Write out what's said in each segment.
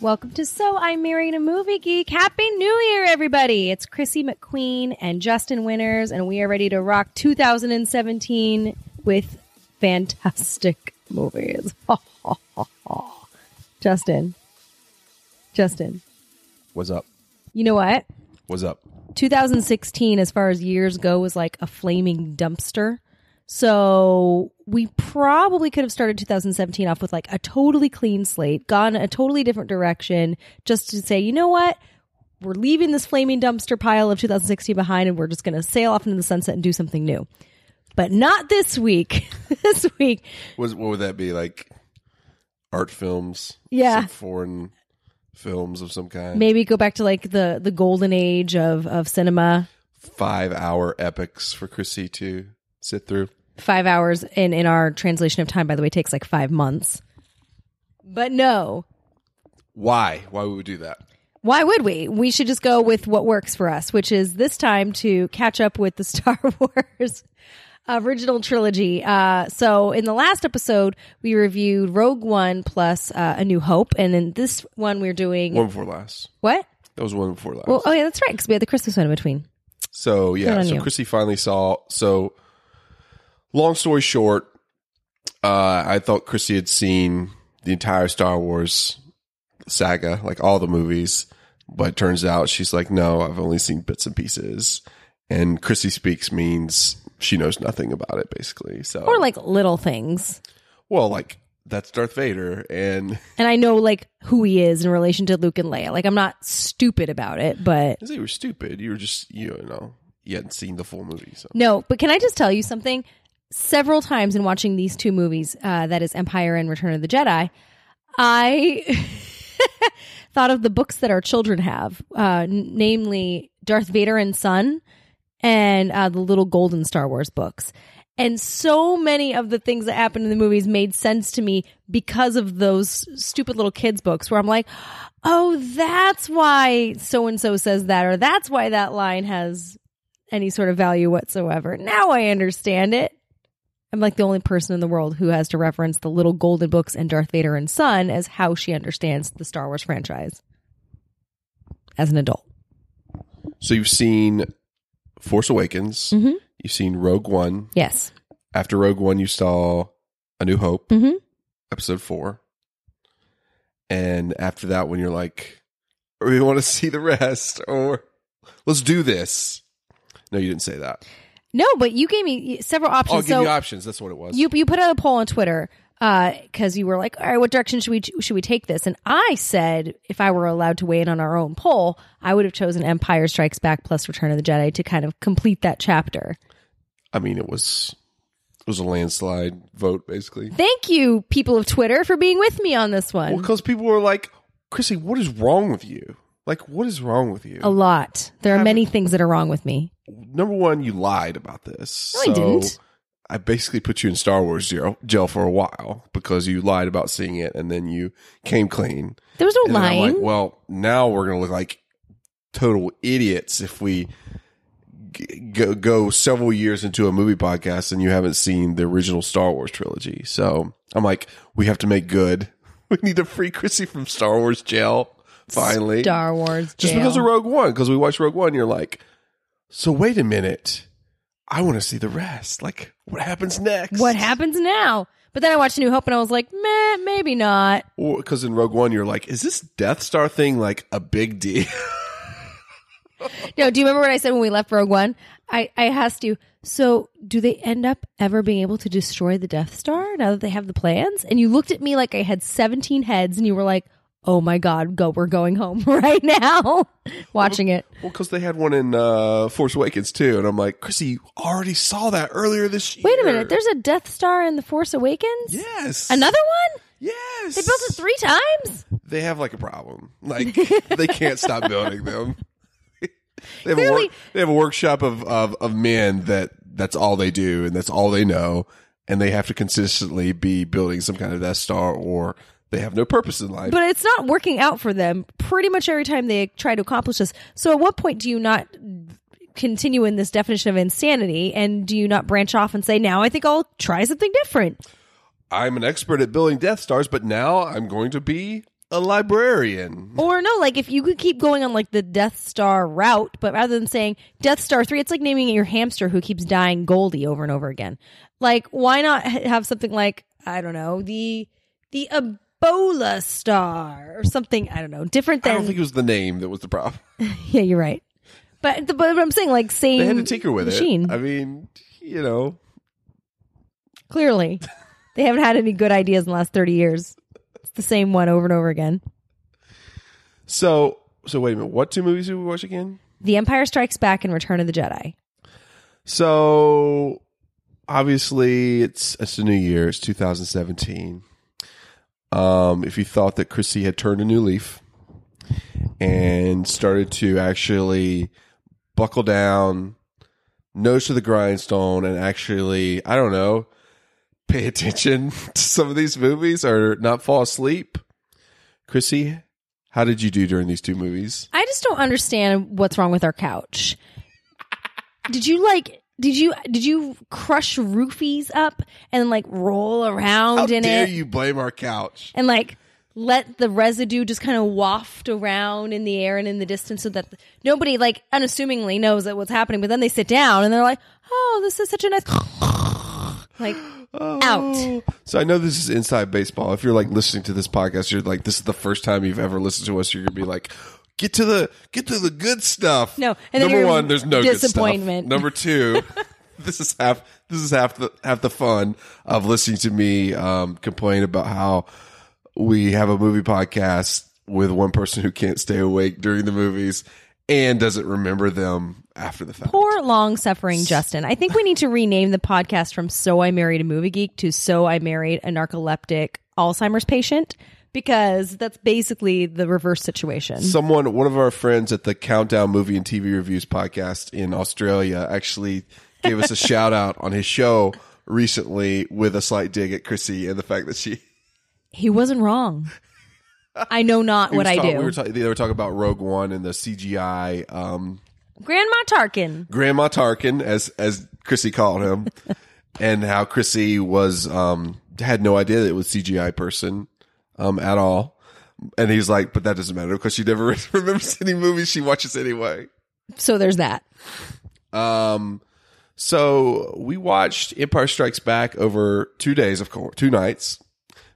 Welcome to So I Married a Movie Geek. Happy New Year, everybody. It's Chrissy McQueen and Justin Winters, and we are ready to rock 2017 with fantastic movies. Justin. Justin. What's up? You know what? What's up? 2016, as far as years go, was like a flaming dumpster. So we probably could have started 2017 off with like a totally clean slate, gone a totally different direction, just to say, you know what? We're leaving this flaming dumpster pile of 2016 behind and we're just going to sail off into the sunset and do something new. But not this week. this week, What what would that be like? Art films, Yeah. some foreign films of some kind, maybe go back to like the, the golden age of, of cinema. five hour epics for Chrissy to sit through. five hours in in our translation of time by the way takes like five months but no Why? Why would we do that? why would we we should just go with what works for us which is this time to catch up with the star wars original trilogy uh, so in the last episode we reviewed rogue one plus uh, a new hope and in this one we're doing One before last. what That was one before last. well oh yeah that's right because we had the christmas one in between So yeah, on so you. Chrissy finally saw. So long story short, uh, I thought Chrissy had seen the entire Star Wars saga, like all the movies, but turns out she's like, no, I've only seen bits and pieces. And Chrissy speaks means she knows nothing about it, basically. So or like little things well, like that's Darth Vader, and and i know like who he is in relation to luke and leia like i'm not stupid about it but I didn't say you were stupid. You were just you know you hadn't seen the full movie. So No, but can I just tell you something? Several times in watching these two movies, uh, that is Empire and Return of the Jedi, I thought of the books that our children have, uh, n- namely Darth Vader and Son and uh, the little golden Star Wars books. And so many of the things that happened in the movies made sense to me because of those stupid little kids' books where I'm like, oh, that's why so and so says that, or that's why that line has any sort of value whatsoever. Now I understand it. I'm like the only person in the world who has to reference the little golden books and Darth Vader and Son as how she understands the Star Wars franchise as an adult. so you've seen Force Awakens. Mhm. You've seen Rogue One. Yes. after Rogue One, you saw A New Hope, Mhm. episode four, and after that one, you're like, "We want to see the rest," or "Let's do this." No, you didn't say that. No, but you gave me several options. I'll give so you options. That's what it was. you you put out a poll on Twitter because you were like, all right, what direction should we should we take this? And I said, if I were allowed to weigh in on our own poll, I would have chosen Empire Strikes Back plus Return of the Jedi to kind of complete that chapter. I mean, it was it was a landslide vote, basically, Thank you, people of Twitter, for being with me on this one. because people were like, "Chrissy, what is wrong with you? Like, what is wrong with you?" a lot. There are many things that are wrong with me. Number one, you lied about this. No, I didn't. I basically put you in Star Wars jail, jail for a while because you lied about seeing it, and then you came clean. There was no And then I'm lying. like, well, now we're gonna look like total idiots if we g- go, go several years into a movie podcast and you haven't seen the original Star Wars trilogy. So I'm like, we have to make good. We need to free Chrissy from Star Wars jail. Finally, Star Wars. just jail. because of Rogue One, because we watched Rogue One, you're like, so wait a minute, I want to see the rest. Like, what happens next? what happens now? But then I watched New Hope and I was like, meh, maybe not. Because in Rogue One, you're like, is this Death Star thing like a big deal? No, do you remember what I said when we left Rogue One? I, I asked you, so do they end up ever being able to destroy the Death Star now that they have the plans? And you looked at me like I had 17 heads and you were like, oh my God, go, we're going home right now. Watching it. well, because they had one in uh, Force Awakens too, and I'm like, Chrissy, you already saw that earlier this year. Wait a minute, there's a Death Star in The Force Awakens? yes, Another one? Yes. They built it three times. They have like a problem. Like they can't stop building them. they have a Clearly- work, they have a workshop of, of of men that that's all they do and that's all they know and they have to consistently be building some kind of Death Star or they have no purpose in life. But it's not working out for them pretty much every time they try to accomplish this. So at what point do you not continue in this definition of insanity and do you not branch off and say, now I think I'll try something different? I'm an expert at building Death Stars, but now I'm going to be a librarian. Or no, like if you could keep going on like the Death Star route, but rather than saying Death Star 3, it's like naming your hamster who keeps dying Goldie over and over again. Like why not ha- have something like I don't know, the the Ebola star or something, I don't know, different I than don't think it was the name that was the problem. Yeah, you're right. But the, but I'm saying like same They had to tinker with machine. it. I mean, you know, Clearly, they haven't had any good ideas in the last 30 years. It's the same one over and over again. So, so wait a minute. What two movies did we watch again? The Empire Strikes Back and Return of the Jedi. So, obviously, it's it's a new year. It's 2017. Um, if you thought that Chrissy had turned a new leaf and started to actually buckle down, nose to the grindstone, and actually, I don't know, pay attention to some of these movies or not fall asleep, Chrissy, how did you do during these two movies? I just don't understand what's wrong with our couch. Did you like did you did you crush roofies up and like roll How around in dare it you blame our couch? and like let the residue just kind of waft around in the air and in the distance so that nobody like unassumingly knows that what's happening but then they sit down and they're like oh this is such a nice like Oh. out So I know this is inside baseball. If you're like listening to this podcast, you're like, this is the first time you've ever listened to us. You're gonna be like, get to the get to the good stuff. No, and then number you're one, there's no good stuff. disappointment. Number two, this is half this is half the half the fun of listening to me um, complain about how we have a movie podcast with one person who can't stay awake during the movies and doesn't remember them after the fact. poor long suffering justin i think we need to rename the podcast from so i married a movie geek to so i married a narcoleptic alzheimer's patient because that's basically the reverse situation someone one of our friends at the countdown movie and tv reviews podcast in australia actually gave us a shout out on his show recently with a slight dig at chrissy and the fact that she he wasn't wrong i know not what was i talking- do we were talking they were talking about rogue one and the cgi um grandma tarkin grandma tarkin as as chrissy called him and how chrissy was um had no idea that it was cgi person um at all and he's like but that doesn't matter because she never remembers any movies she watches anyway so there's that Um, so we watched Empire Strikes Back over two days, of course, two nights,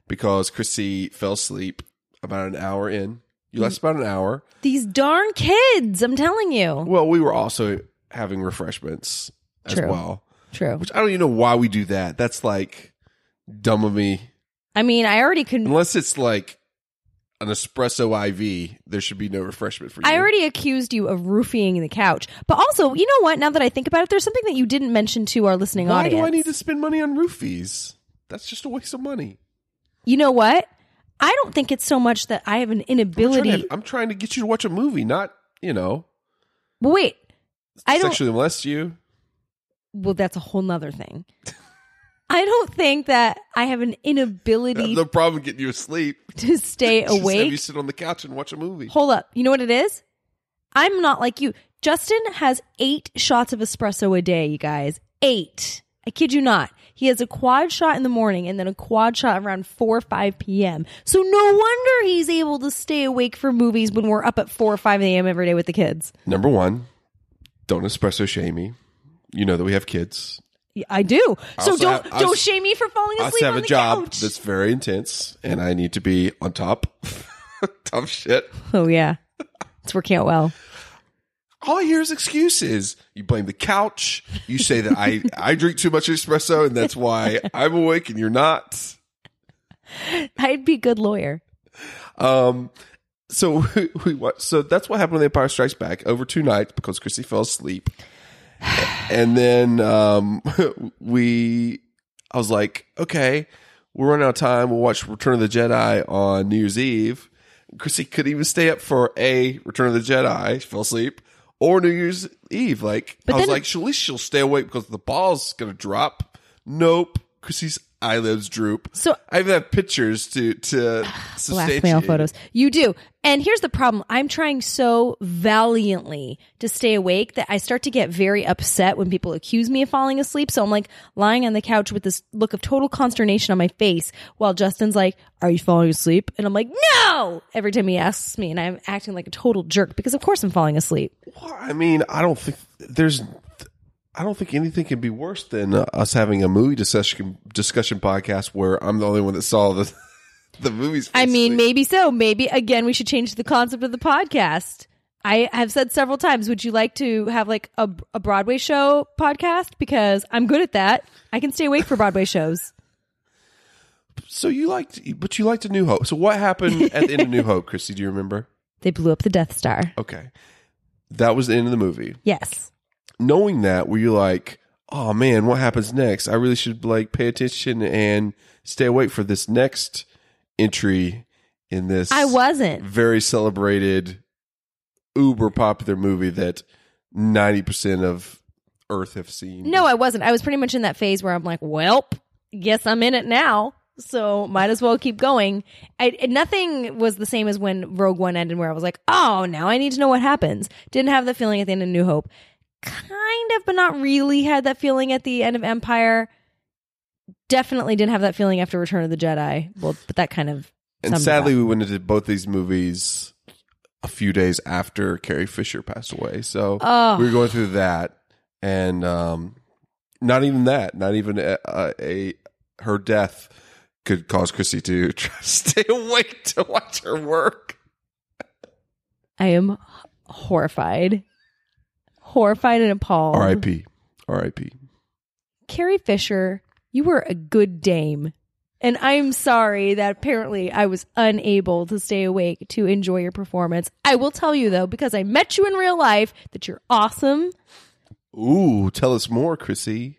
because Chrissy fell asleep about an hour in. You last about an hour. These darn kids, I'm telling you. Well, we were also having refreshments as True. well, True. which I don't even know why we do that. That's like dumb of me. I mean, I already couldn't. Unless it's like an espresso IV, there should be no refreshment for you. I already accused you of roofing the couch. But also, you know what? Now that I think about it, there's something that you didn't mention to our listening why audience. do I need to spend money on roofies? That's just a waste of money. you know what? I don't think it's so much that I have an I'm inability. trying, to, I'm trying to get you to watch a movie, not you know uh, But wait, I don't. sexually molest you. Well, that's a whole nother thing. I don't think that I have an inability No problem getting you asleep. to stay Just have you awake. sit on the couch and watch a movie. Hold up. You know what it is? I'm not like you. Justin has eight shots of espresso a day, you guys. Eight. I kid you not. He has a quad shot in the morning and then a quad shot around 4 or 5 p.m. So no wonder he's able to stay awake for movies when we're up at 4 or 5 a.m. every day with the kids. Number one, don't espresso shame me. You know that we have kids. Yeah, I do. So also don't have- I don't also- shame me for falling I asleep also have on a the job couch. that's very intense, and I need to be on top. Tough shit. Oh yeah. It's working out well. All I hear is excuses. You blame the couch. You say that I I drink too much espresso, and that's why I'm awake and you're not. I'd be a good lawyer. Um, so we, we watched, so that's what happened with Empire Strikes Back over two nights because Chrissy fell asleep, and then um, we I was like, okay, we're running out of time. We'll watch Return of the Jedi on New Year's Eve. Chrissy could even stay up for a Return of the Jedi. She fell asleep. Or New Year's Eve. Like But I was then- like, she'll, at least she'll stay awake because the ball's gonna drop. Nope. Chrissy's eyelids droop. So- I even have pictures to to blackmail substantiate. photos. You do. And here's the problem. I'm trying so valiantly to stay awake that I start to get very upset when people accuse me of falling asleep. So I'm like lying on the couch with this look of total consternation on my face while Justin's like, are you falling asleep? And I'm like, no, every time he asks me and I'm acting like a total jerk because of course I'm falling asleep. Well, I mean, I don't think there's. I don't think anything can be worse than uh, us having a movie discussion discussion podcast where I'm the only one that saw the the movies. I mean, basically. maybe so. Maybe again, we should change the concept of the podcast. I have said several times, would you like to have like a, a Broadway show podcast? Because I'm good at that. I can stay awake for Broadway shows. so you liked, but you liked a New Hope. So what happened at the end of New Hope, Christy? Do you remember? They blew up the Death Star. Okay, that was the end of the movie. Yes. Knowing that, were you like, oh man, what happens next? I really should like pay attention and stay awake for this next entry in this. I wasn't. very celebrated, uber popular movie that ninety percent of Earth have seen. No, I wasn't. I was pretty much in that phase where I'm like, welp, guess I'm in it now. So might as well keep going. I, and nothing was the same as when Rogue One ended, where I was like, oh, now I need to know what happens. Didn't have the feeling at the end of New Hope. Kind of, but not really had that feeling at the end of Empire. Definitely didn't have that feeling after Return of the Jedi. Well, but that kind of. and summed it sadly, up. we went into both these movies a few days after Carrie Fisher passed away. So Oh. we were going through that, and um, not even that, not even a, a, a her death could cause Chrissy to try to stay awake to watch her work. I am horrified. Horrified and appalled. R.I.P. R.I.P. Carrie Fisher, you were a good dame. And I'm sorry that apparently I was unable to stay awake to enjoy your performance. I will tell you though, because I met you in real life, that you're awesome. Ooh, tell us more, Chrissy.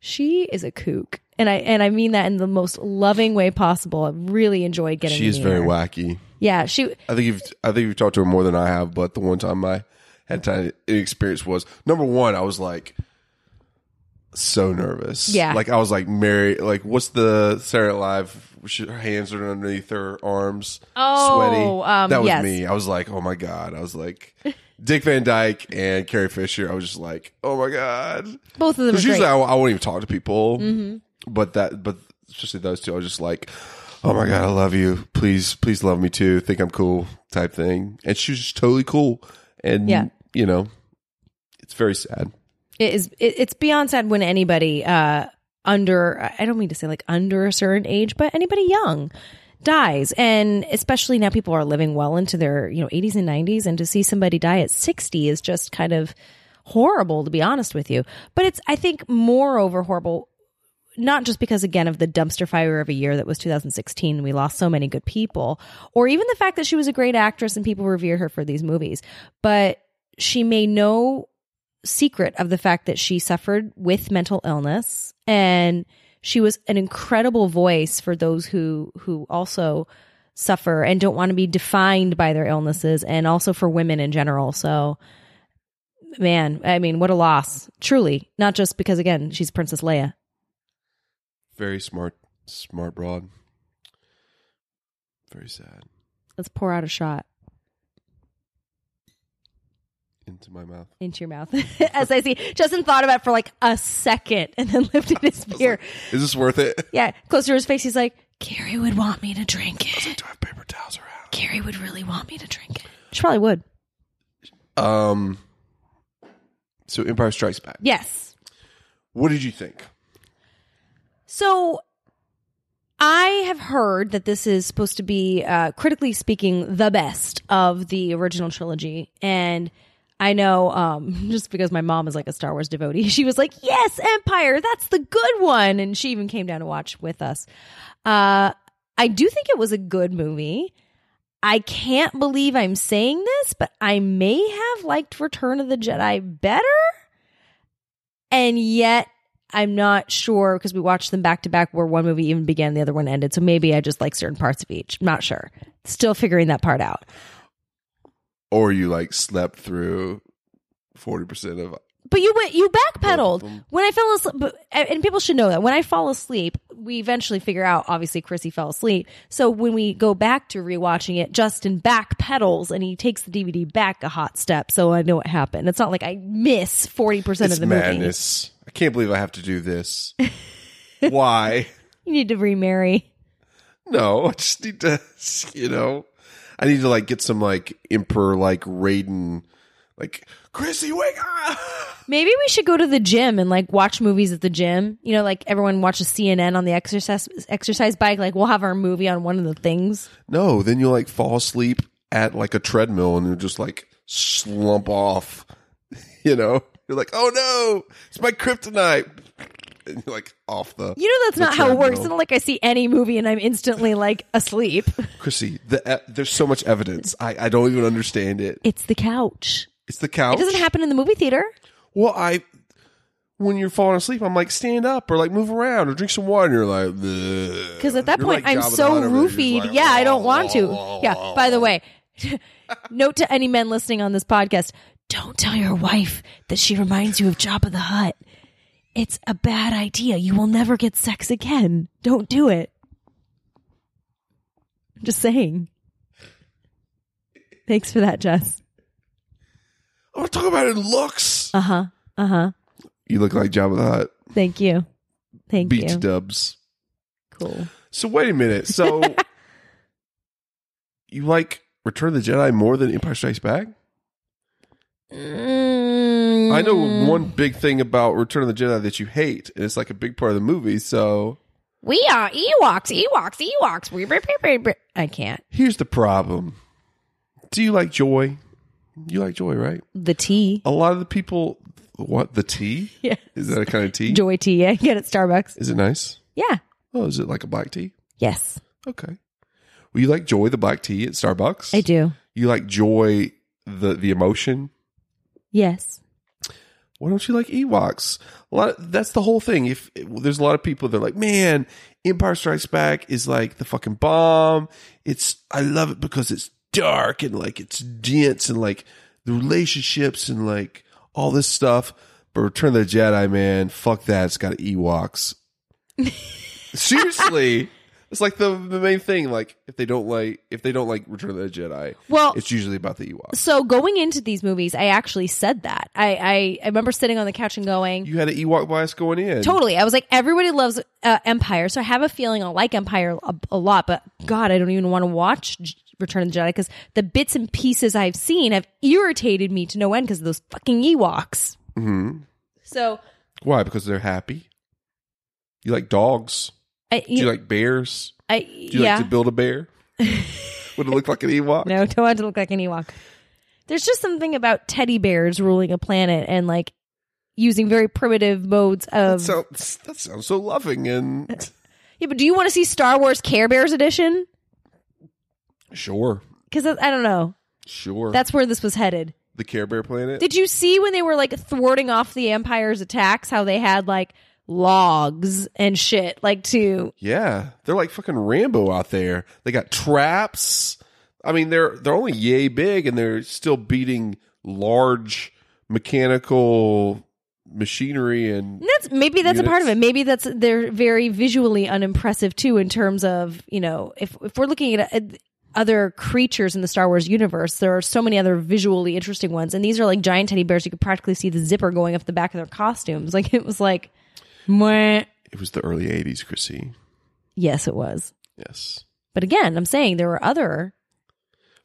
She is a kook. And I and I mean that in the most loving way possible. I really enjoyed getting She is to meet very her. wacky. Yeah, she I think you've I think you've talked to her more than I have, but the one time I had time experience was number one, I was like so nervous. Yeah. Like I was like Mary like what's the Sarah Live she, her hands are underneath her arms. Oh, sweaty. um, that was yes. me. I was like, oh my God. I was like Dick Van Dyke and Carrie Fisher. I was just like, oh my God. both of them are Because usually great. Mm-hmm. I, I won't even talk to people. But that, but especially those two, I was just like, oh my God, I love you. Please, please love me too. Think I'm cool type thing. And she was just totally cool. And, Yeah. you know, it's very sad. It is it, it's beyond sad when anybody uh under I don't mean to say like under a certain age, but anybody young dies. And especially now people are living well into their, you know, 80s and 90s and to see somebody die at 60 is just kind of horrible to be honest with you. But it's I think moreover horrible not just because again of the dumpster fire of a year that was 2016 and we lost so many good people or even the fact that she was a great actress and people revered her for these movies but she made no secret of the fact that she suffered with mental illness and she was an incredible voice for those who who also suffer and don't want to be defined by their illnesses and also for women in general so man i mean what a loss truly not just because again she's princess leia Very smart, smart broad. Very sad. let's pour out a shot Into my mouth. into your mouth as i see justin thought about it for like a second and then lifted his beer Is this worth it? yeah close to his face he's like carrie would want me to drink it Do I have paper towels around? Carrie would really want me to drink it. She probably would. Um, so Empire Strikes Back. Yes. What did you think? So I have heard that this is supposed to be, uh, critically speaking, the best of the original trilogy. And I know um, just because my mom is like a Star Wars devotee, she was like, Yes, Empire, that's the good one. And she even came down to watch with us. Uh, I do think it was a good movie. I can't believe I'm saying this, but I may have liked Return of the Jedi better. And yet I'm not sure because we watched them back to back where one movie even began, the other one ended. So maybe I just like certain parts of each. I'm not sure. Still figuring that part out. or you like slept through forty percent of. But you went, you Both of backpedaled them. when I fell asleep. But, and people should know that when I fall asleep, we eventually figure out. Obviously, Chrissy fell asleep. So when we go back to rewatching it, Justin backpedals and he takes the DVD back a hot step. So I know what happened. It's not like I miss forty percent It's of the movie. madness. I can't believe I have to do this. Why? You need to remarry. No, I just need to, you know, I need to like get some like emperor like Raiden, like Chrissy, wake up. Maybe we should go to the gym and like watch movies at the gym. You know, like everyone watches CNN on the exercise exercise bike. Like we'll have our movie on one of the things. No, then you'll like fall asleep at like a treadmill and you'll just like slump off. You know, you're like, oh no, it's my kryptonite. And you're like off the. You know that's the not how it works. treadmill. It's not like I see any movie and I'm instantly like asleep. Chrissy, the, e there's so much evidence. I, I don't even understand it. It's the couch. It's the couch. It doesn't happen in the movie theater. Well, I when you're falling asleep, I'm like stand up or like move around or drink some water, and you're like Because because at that point, I'm so roofied. yeah, I don't want to. Yeah. By the way, note to any men listening on this podcast: don't tell your wife that she reminds you of Jabba the Hutt. It's a bad idea. You will never get sex again. Don't do it. I'm just saying. Thanks for that, Jess. I'm not talking about it. in Looks. Uh huh. Uh huh. You look like Jabba the Hutt. Thank you. Thank Beach you. dubs. Cool. So wait a minute. So you like Return of the Jedi more than Empire Strikes Back? I know Mm. one big thing about Return of the Jedi that you hate, and it's like a big part of the movie. So We are Ewoks, Ewoks, Ewoks. We- brr, brr, brr, brr. I can't. here's the problem. Do you like joy? You like joy, right? The tea. a lot of the people what the tea Yeah. is that a kind of tea Joy tea. Yeah, get it at Starbucks. is it nice Yeah. oh is it like a black tea Yes, okay well you like joy the black tea at starbucks I do. you like joy the the emotion Yes. why don't you like ewoks a lot that's the whole thing if there's a lot of people that are like man empire strikes back is like the fucking bomb it's i love it because it's dark and like it's dense and like the relationships and like all this stuff but return of the jedi man fuck that it's got ewoks seriously it's like the, the main thing like if they don't like if they don't like return of the jedi Well- it's usually about the ewoks So going into these movies, I actually said that. I I, I remember sitting on the couch and going, you had an ewok bias going in totally. I was like, everybody loves uh, Empire, so I have a feeling I'll like Empire a, a lot. But God, I don't even want to watch J- Return of the Jedi because the bits and pieces I've seen have irritated me to no end because of those fucking Ewoks. Mm-hmm. So Why? Because they're happy. You like dogs. I, Do you like bears? I Do you yeah. like to build a bear? Would it look like an Ewok? No, don't want to look like an Ewok. There's just something about teddy bears ruling a planet and like using very primitive modes That of. sounds that sounds so loving and yeah, but do you want to see Star Wars Care Bears edition? sure, Because I don't know. sure. That's where this was headed. the Care Bear planet. Did you see when they were like thwarting off the Empire's attacks how they had like logs and shit like to yeah, they're like fucking Rambo out there. They got traps. I mean, they're they're only yay big, and they're still beating large mechanical machinery and That's maybe that's a part of it. Units. Maybe that's they're very visually unimpressive too in terms of you know if if we're looking at, at other creatures in the Star Wars universe, there are so many other visually interesting ones, and these are like giant teddy bears. You could practically see the zipper going up the back of their costumes. Like it was like, meh. It was the early '80s, Chrissy. yes, it was. Yes. But again, I'm saying there were other.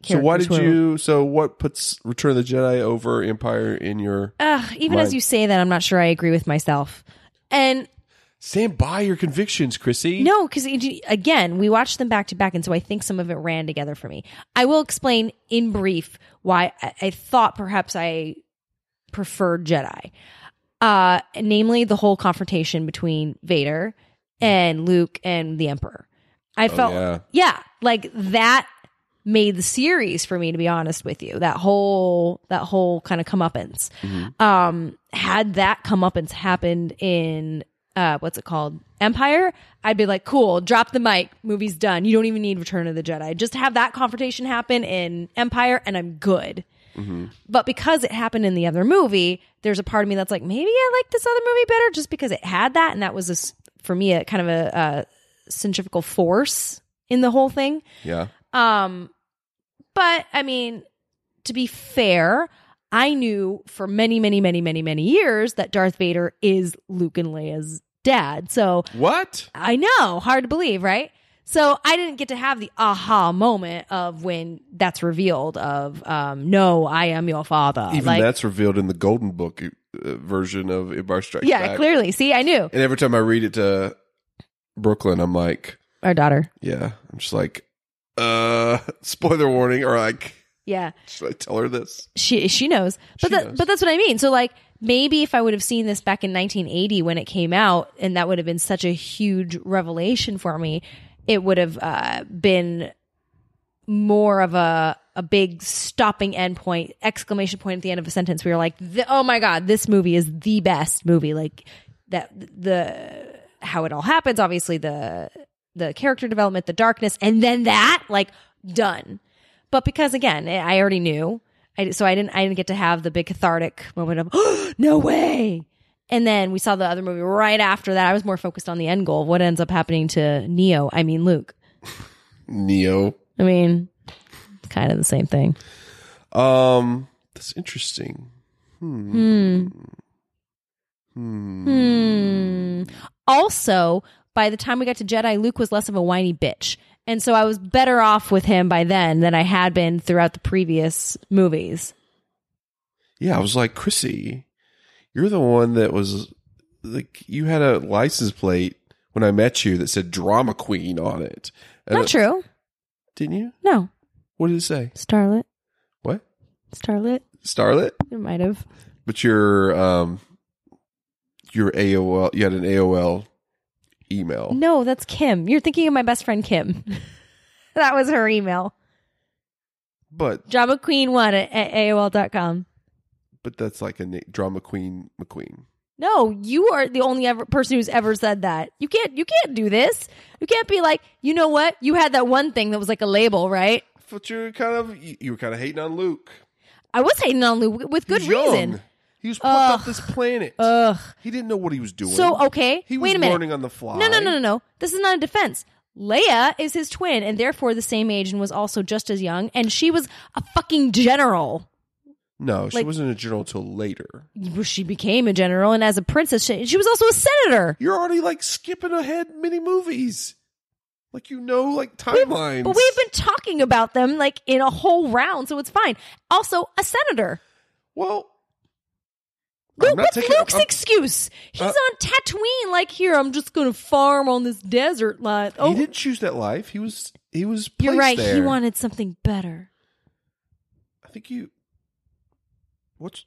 So why characters did who- you? So what puts Return of the Jedi over Empire in your? Ugh, even as Right. you say that, I'm not sure I agree with myself. And Stand by your convictions, Chrissy. No, because again, we watched them back to back, and so I think some of it ran together for me. I will explain in brief why I, I thought perhaps I preferred Jedi, uh, namely the whole confrontation between Vader and Luke and the Emperor. I felt, yeah. yeah, like that made the series for me to be honest with you that whole that whole kind of comeuppance um had that comeuppance happened in uh, what's it called? Empire, I'd be like, cool, drop the mic, movie's done. You don't even need Return of the Jedi. Just have that confrontation happen in Empire, and I'm good. But because it happened in the other movie, there's a part of me that's like, maybe I like this other movie better just because it had that. And that was, a s for me, a kind of a, uh centrifugal force in the whole thing. Yeah. Um, but I mean, to be fair, I knew for many, many, many, many, many years that Darth Vader is Luke and Leia's dad. So What? I know, hard to believe, right? So I didn't get to have the aha moment of when that's revealed of um, no, I am your father. Even Uh, like, that's revealed in the Golden Book uh, version of Empire Strikes yeah, Back. clearly. See, I knew And every time I read it to Brooklyn, I'm like, our daughter. yeah, I'm just like, uh, spoiler warning, or like, Yeah. should I tell her this? she she knows but She that, knows. but that's what i mean so like maybe if i would have seen this back in 1980 when it came out and that would have been such a huge revelation for me it would have uh, been more of a a big stopping end point exclamation point at the end of a sentence we were like "Th- oh my god this movie is the best movie like that the how it all happens obviously the the character development the darkness and then that like done but because again eh, i I already knew I, so i didn't i didn't get to have the big cathartic moment of no way and then we saw the other movie right after that i was more focused on the end goal what ends up happening to neo i mean luke Neo. i mean kind of the same thing Um, that's interesting. hmm. Hmm. Hmm. also by the time we got to jedi luke was less of a whiny bitch and so i was better off with him by then than i had been throughout the previous movies Yeah, I was like, Chrissy, you're the one that was like, you had a license plate when I met you that said drama queen on it. And not it- true Didn't you? no What did it say? starlet What? starlet Starlet? it might have But your um your AOL you had an AOL email. No, that's Kim. You're thinking of my best friend Kim. that was her email. But Drama Queen one at, at AOL.com. but that's like a na- drama queen McQueen. No, you are the only ever person who's ever said that. You can't you can't do this. You can't be like, you know what? You had that one thing that was like a label, right? But you're kind of you you were kind of hating on Luke. I was hating on Lou with good He's young. reason. He was pumped up this planet. Ugh. he didn't know what he was doing. So okay, he was wait a minute. learning on the fly. No, no, no, no, no. This is not a defense. Leia is his twin and therefore the same age and was also just as young and she was a fucking general. No, she Like- wasn't a general till later. Well, she became a general and as a princess she, she was also a senator You're already like skipping ahead many movies. Like you know, like We've- timelines. but we've been talking about them like in a whole round so it's fine also a senator well. I'm Luke, not what's taking- Luke's I'm- excuse? He's Uh, on Tatooine, like here. I'm just going to farm on this desert lot. He Oh, didn't choose that life. He was he was. you're placed right. He there. wanted something better. I think you. What's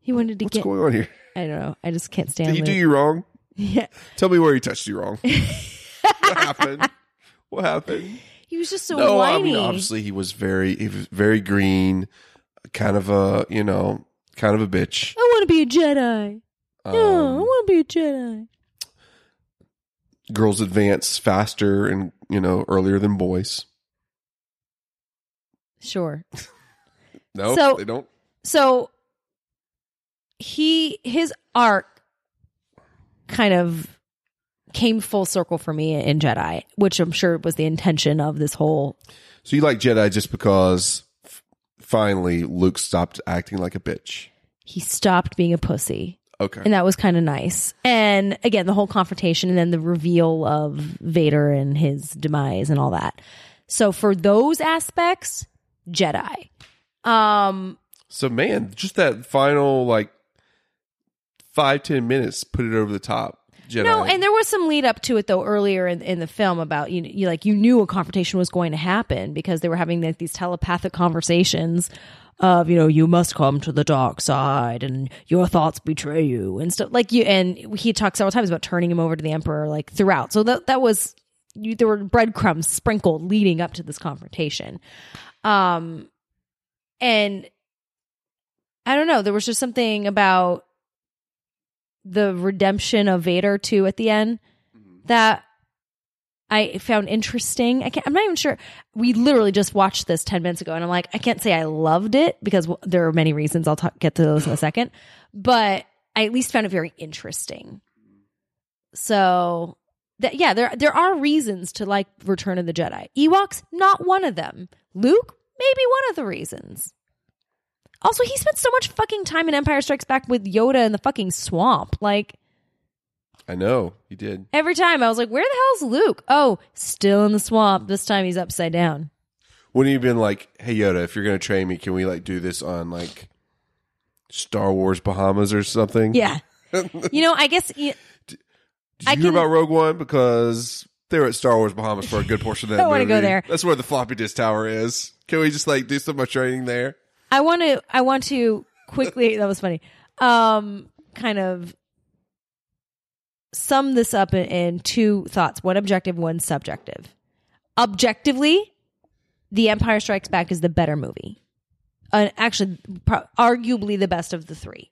He wanted to what's get. going on here? I don't know. I just can't Did stand. he Luke. do you wrong? yeah, Tell me where he touched you wrong. what happened? What happened? he was just so no, I whiny. mean obviously he was very he was very green, kind of a you know kind of a bitch. I want to be a Jedi. no, I Um, want to be a Jedi. girls advance faster and you know earlier than boys. Sure. No, So- they don't. so he his arc kind of came full circle for me in Jedi, which I'm sure was the intention of this whole So you like Jedi just because f- finally Luke stopped acting like a bitch. he stopped being a pussy. Okay. And that was kind of nice. And again, the whole confrontation and then the reveal of Vader and his demise and all that. So for those aspects, Jedi. Um So man, just that final like five ten minutes put it over the top. Jedi. No, and there was some lead up to it though earlier in, in the film about you, you like you knew a confrontation was going to happen because they were having like these telepathic conversations of you know you must come to the dark side and your thoughts betray you and stuff like you and he talked several times about turning him over to the emperor like throughout. So that that was you, there were breadcrumbs sprinkled leading up to this confrontation. Um and I don't know, there was just something about the redemption of Vader too at the end that I found interesting. I can't, I'm not even sure. We literally just watched this 10 minutes ago and I'm like, I can't say I loved it because well, there are many reasons. I'll talk, get to those in a second, but I at least found it very interesting. So that, yeah, there, there are reasons to like Return of the Jedi. Ewoks, not one of them. Luke, maybe one of the reasons. Also, he spent so much fucking time in Empire Strikes Back with Yoda in the fucking swamp. Like, I know he did. Every time I was like, where the hell's Luke? Oh, still in the swamp. This time he's upside down. Wouldn't you have been like, hey Yoda, if you're gonna train me, can we like do this on like Star Wars Bahamas or something? Yeah. you know, I guess y- Did I you hear can- about Rogue One? Because they were at Star Wars Bahamas for a good portion of that I wanna movie. go there. That's where the floppy disk tower is. Can we just like do some more training there? I want to I want to quickly that was funny. Um kind of sum this up in, in two thoughts, one objective, one subjective. Objectively, The Empire Strikes Back is the better movie. Uh, actually pro- arguably the best of the 3.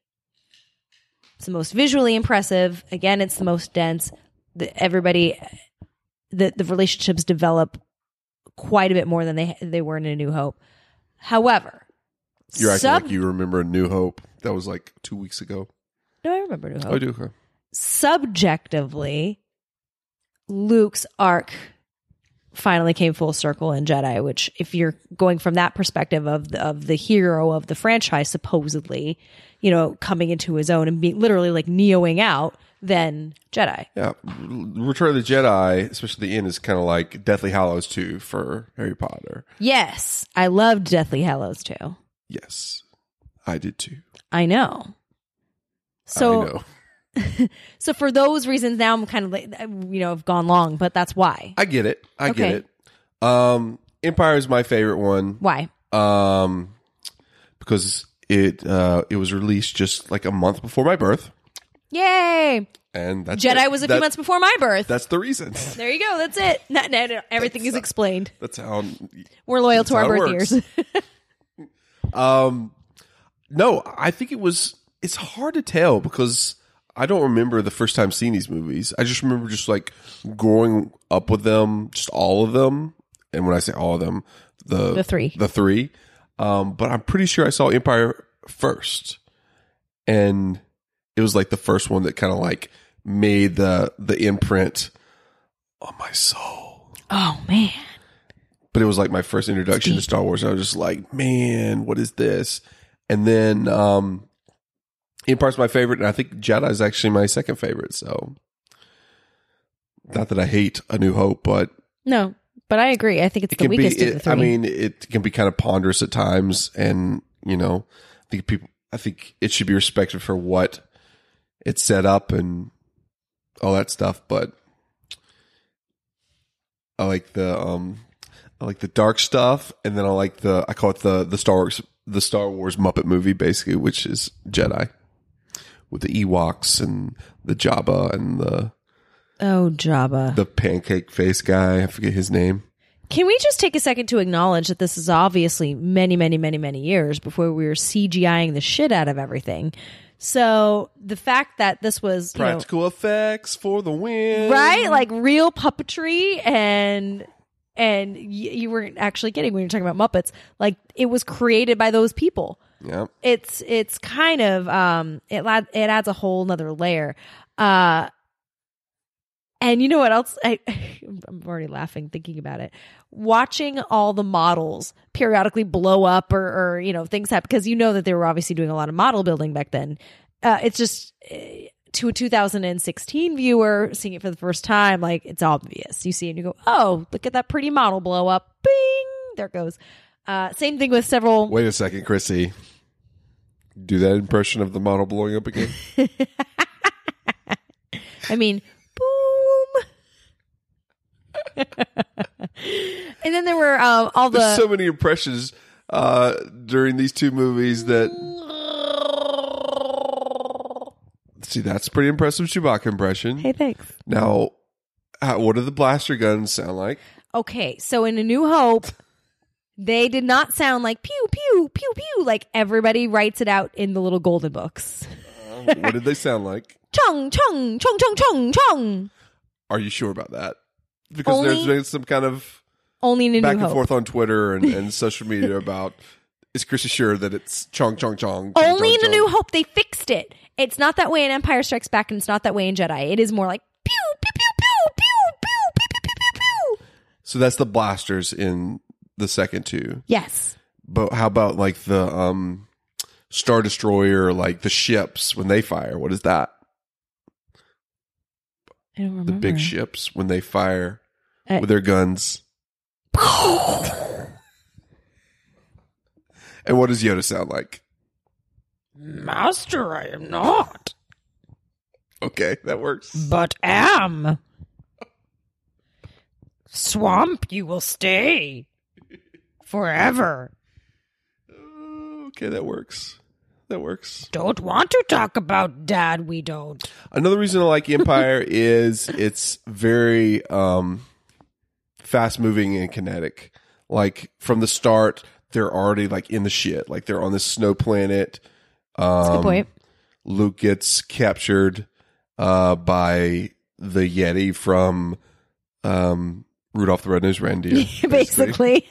It's the most visually impressive. Again, it's the most dense. The, everybody the the relationships develop quite a bit more than they they were in A New Hope. However, You're acting Sub- like you remember New Hope. That was like two weeks ago. No, I remember New Hope. Oh, I do. Okay. Subjectively, Luke's arc finally came full circle in Jedi, which, if you're going from that perspective of the, of the hero of the franchise, supposedly, you know, coming into his own and be literally like neoing out, then Jedi. Yeah, Return of the Jedi, especially the end, is kind of like Deathly Hallows two for Harry Potter. Yes, I loved Deathly Hallows too. Yes, I did too. I know. So I know. so for those reasons, now I'm kind of like you know I've gone long, but that's why. I get it. I get Okay. it. Um, Empire is my favorite one. Why? Um, because it uh it was released just like a month before my birth, Yay! and that's Jedi it. was a That- few months before my birth. That's the reason. There you go. That's it. No, no, no. Everything is explained. That's how. We're loyal to our That's how it birth works. years. Um, no, I think it was. It's hard to tell because I don't remember the first time seeing these movies. I just remember just like growing up with them, just all of them. And when I say all of them, the The three. the three. Um, but I'm pretty sure I saw Empire first, and it was like the first one that kind of like made the the imprint on my soul oh man. but it was like my first introduction to Star Wars. And I was just like, man, what is this? And then um Empire's my favorite, and I think Jedi is actually my second favorite. So, not that I hate A New Hope, but No, but I agree. I think it's it the can be. weakest of the It, three. I mean, it can be kind of ponderous at times, and you know, I think people. I think it should be respected for what it's set up and all that stuff. But I like the um, I like the dark stuff, and then I like the I call it the the Star Wars the Star Wars Muppet movie, basically, which is Jedi with the Ewoks and the Jabba and the oh Jabba. the pancake face guy. I forget his name. Can we just take a second to acknowledge that this is obviously many, many, many, many years before we were CGIing the shit out of everything. So the fact that this was you know, practical effects for the win right like real puppetry and and y- you weren't actually kidding when you're talking about muppets like it was created by those people yeah it's it's kind of um it la- it adds a whole nother layer uh and you know what else i i'm already laughing thinking about it watching all the models periodically blow up or or you know things happen because you know that they were obviously doing a lot of model building back then uh it's just eh, to a 2016 viewer seeing it for the first time like it's obvious you see it and you go oh look at that pretty model blow up bing there it goes uh same thing with several wait a second chrissy do that impression of the model blowing up again I mean, boom. and then there were um, all the. there's so many impressions uh during these two movies that see that's a pretty impressive chewbacca impression hey, thanks. now how, what do the blaster guns sound like Okay, so in A New Hope, they did not sound like pew, pew, pew, pew, like everybody writes it out in the little golden books. what did they sound like Chong, chong, chong, chong, chong, chong. Are you sure about that? Because Only- there's been some kind of Only in a back new and hope. forth on Twitter and, and social media about is Chrissy sure that it's Chong Chong Chong? Chong, Only Chong, in a Chong? new hope they fixed it. It's not that way in Empire Strikes Back and it's not that way in Jedi. It is more like pew, pew, pew, pew, pew, pew, pew, pew, pew, pew, pew. So that's the blasters in the second two. Yes. But how about like the um Star Destroyer, like the ships when they fire? What is that? I don't remember. The big ships when they fire Uh, with their guns. And what does Yoda sound like? Master, I am not, Okay, that works. but am. Swamp, you will stay forever. Okay, that works. That works. Don't want to talk about dad, we don't. Another reason I like Empire is it's very um, fast moving and kinetic. Like from the start, they're already like in the shit. Like they're on this snow planet. Um, Good point. Luke gets captured uh, by the Yeti from um, Rudolph the Red-Nosed Reindeer. Basically.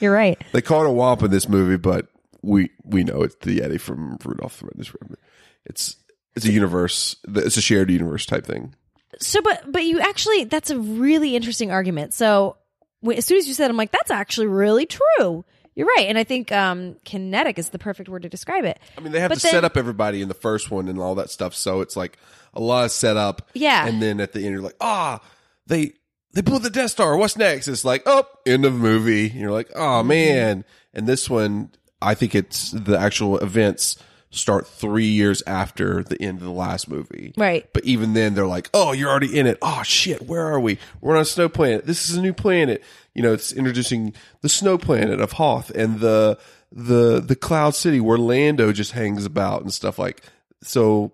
You're right. They call it a womp in this movie, but we we know it's the Yeti from Rudolph the Red-Nosed Reindeer. It's it's a universe. It's a shared universe type thing. So, but but you actually that's a really interesting argument. So, w- as soon as you said, I'm like, that's actually really true. You're right, and I think um, kinetic is the perfect word to describe it. I mean, they have But to then- set up everybody in the first one and all that stuff. So it's like a lot of setup. Yeah. And then at the end, you're like, ah, they they blew the Death Star. What's next? It's like, oh, end of movie. And you're like, oh man. And this one, I think it's the actual events start three years after the end of the last movie. Right. But even then, they're like, "Oh, you're already in it. Oh shit, where are we? We're on a snow planet. This is a new planet. You know, it's introducing the snow planet of Hoth and the the the Cloud City where Lando just hangs about and stuff like." So,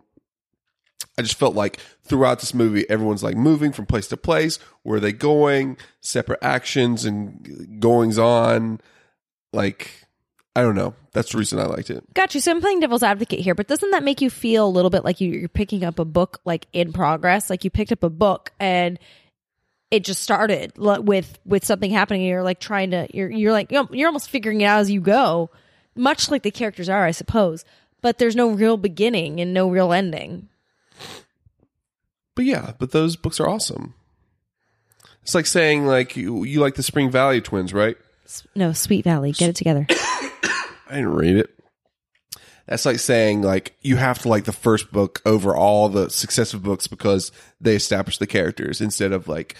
I just felt like throughout this movie, everyone's like moving from place to place. Where are they going? Separate actions and goings on. Like, I don't know. That's the reason I liked it. Got you. So I'm playing devil's advocate here, but doesn't that make you feel a little bit like you, you're picking up a book like in progress? Like you picked up a book and it just started lo- with with something happening. And you're like trying to you're you're like you know, you're almost figuring it out as you go, much like the characters are, I suppose. But there's no real beginning and no real ending. But yeah, but those books are awesome. It's like saying like you, you like the Spring Valley Twins, right? S- No, Sweet Valley, get it together. I didn't read it. That's like saying like you have to like the first book over all the successive books because they establish the characters instead of like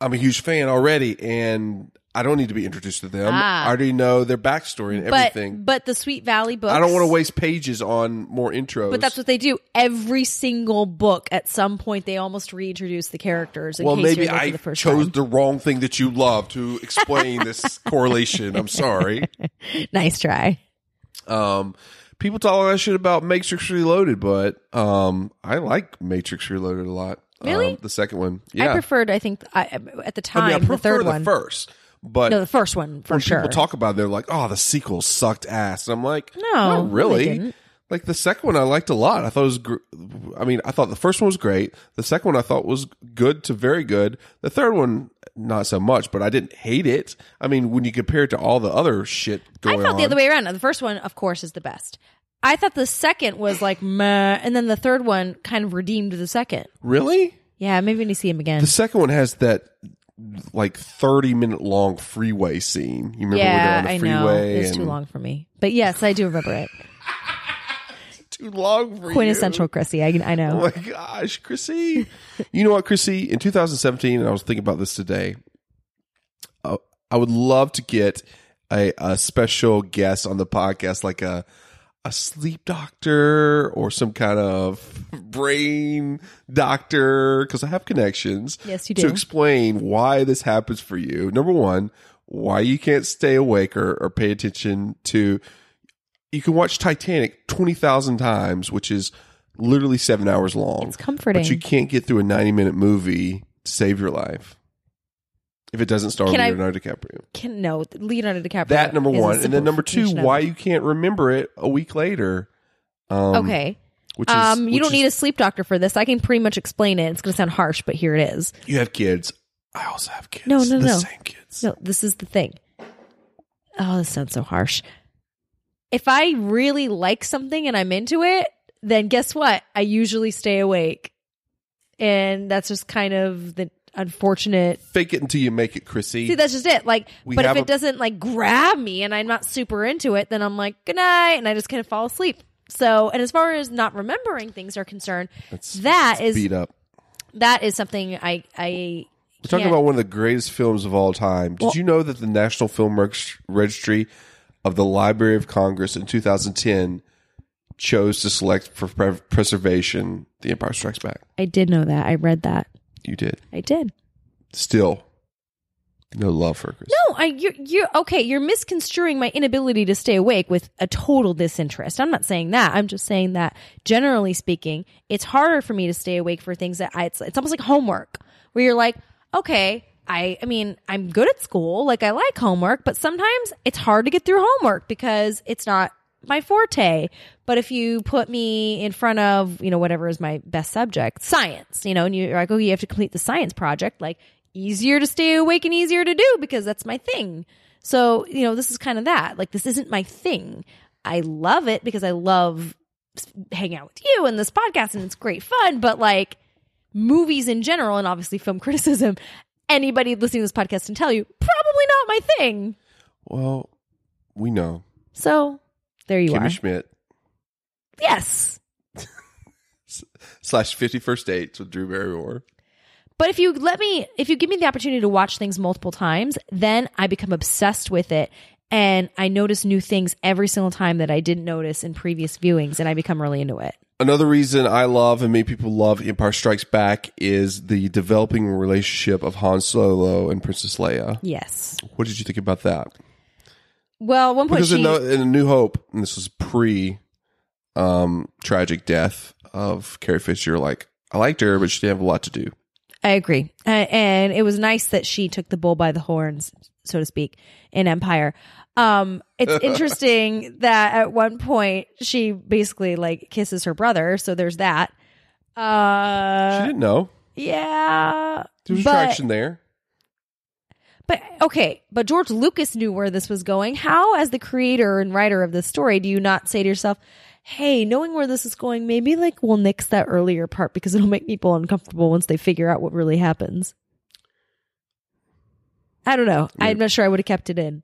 I'm a huge fan already and I don't need to be introduced to them. Ah. I already know their backstory and But everything. but the Sweet Valley books. I don't want to waste pages on more intros. But that's what they do. Every single book, at some point, they almost reintroduce the characters. In well, case maybe you're there for I the first chose time. the wrong thing that you love to explain this correlation. I'm sorry. nice try. Um, people talk all that shit about Matrix Reloaded, but um, I like Matrix Reloaded a lot. Really? Um, the second one, yeah. I preferred, I think, I, at the time, I mean, I prefer the third the one. first, but no, the first one for when sure. people talk about, it, they're like, "Oh, the sequel sucked ass," and I'm like, No, not no, really." they didn't. Like the second one, I liked a lot. I thought it was, gr- I mean, I thought the first one was great. The second one, I thought was good to very good. The third one, not so much, but I didn't hate it. I mean, when you compare it to all the other shit I going felt the on- other way around. The first one, of course, is the best. I thought the second was like meh, and then the third one kind of redeemed the second. really? Yeah, maybe when you see him again. The second one has that like 30 minute long freeway scene. You remember yeah, when they're I on the know. freeway? It's too and- long for me. But yes, I do remember it. Too long for Quintessential Chrissy. I, I know. you. Oh my gosh, Chrissy. you know what, Chrissy? In 2017, and I was thinking about this today, uh, I would love to get a, a special guest on the podcast, like a a sleep doctor or some kind of brain doctor, because I have connections. Yes, you To do. explain why this happens for you. Number one, why you can't stay awake or, or pay attention to. You can watch Titanic 20,000 times, which is literally seven hours long. It's comforting. But you can't get through a 90 minute movie to save your life if it doesn't star Can I- Leonardo DiCaprio. Can, no, Leonardo DiCaprio. That number is a one. And then number two, simplification of why it. you can't remember it a week later. Um, okay. Which is Um, you which don't is- need a sleep doctor for this. I can pretty much explain it. It's going to sound harsh, but here it is. You have kids. I also have kids. No, no, the no. Same kids. No, this is the thing. Oh, this sounds so harsh. If I really like something and I'm into it, then guess what? I usually stay awake. And that's just kind of the unfortunate. Fake it until you make it, Chrissy. See, that's just it. Like, We but if have it a- doesn't like grab me and I'm not super into it, then I'm like, good night. And I just kind of fall asleep. So, and as far as not remembering things are concerned, That's- that is beat up. that is something I I We're talking can't- about one of the greatest films of all time. Did you know that the National Film Reg- Registry of the Library of Congress in 2010 chose to select for pre- preservation The Empire Strikes Back? I did know that. I read that. You did. I did. Still, no love for Chris. No, I you you okay, you're misconstruing my inability to stay awake with a total disinterest. I'm not saying that. I'm just saying that generally speaking, it's harder for me to stay awake for things that I it's, it's almost like homework where you're like, okay, I I mean, I'm good at school, like I like homework, but sometimes it's hard to get through homework because it's not my forte. But if you put me in front of, you know, whatever is my best subject, science, you know, and you're like, oh, you have to complete the science project, like easier to stay awake and easier to do because that's my thing. So, you know, this is kind of that. Like, this isn't my thing. I love it because I love s- hanging out with you and this podcast and it's great fun, but like movies in general and obviously film criticism, anybody listening to this podcast can tell you, probably not my thing. Well, we know. So, there you Kimmy are. Schmidt Yes. slash 51st Dates with Drew Barrymore. But if you let me, if you give me the opportunity to watch things multiple times, then I become obsessed with it. And I notice new things every single time that I didn't notice in previous viewings, and I become really into it. Another reason I love and many people love Empire Strikes Back is the developing relationship of Han Solo and Princess Leia. Yes. What did you think about that? Well, at one point Because she, in, the, in A New Hope, and this was pre um, tragic death of Carrie Fisher, like, I liked her, but she didn't have a lot to do. I agree, uh, and it was nice that she took the bull by the horns, so to speak, in Empire. Um, it's interesting that at one point she basically like kisses her brother, so there's that. She Uh, didn't know. yeah, There was but- attraction there. But okay, but George Lucas knew where this was going. How, as the creator and writer of this story, do you not say to yourself, "Hey, knowing where this is going, maybe like we'll nix that earlier part because it'll make people uncomfortable once they figure out what really happens." I don't know. I'm not sure I would have kept it in.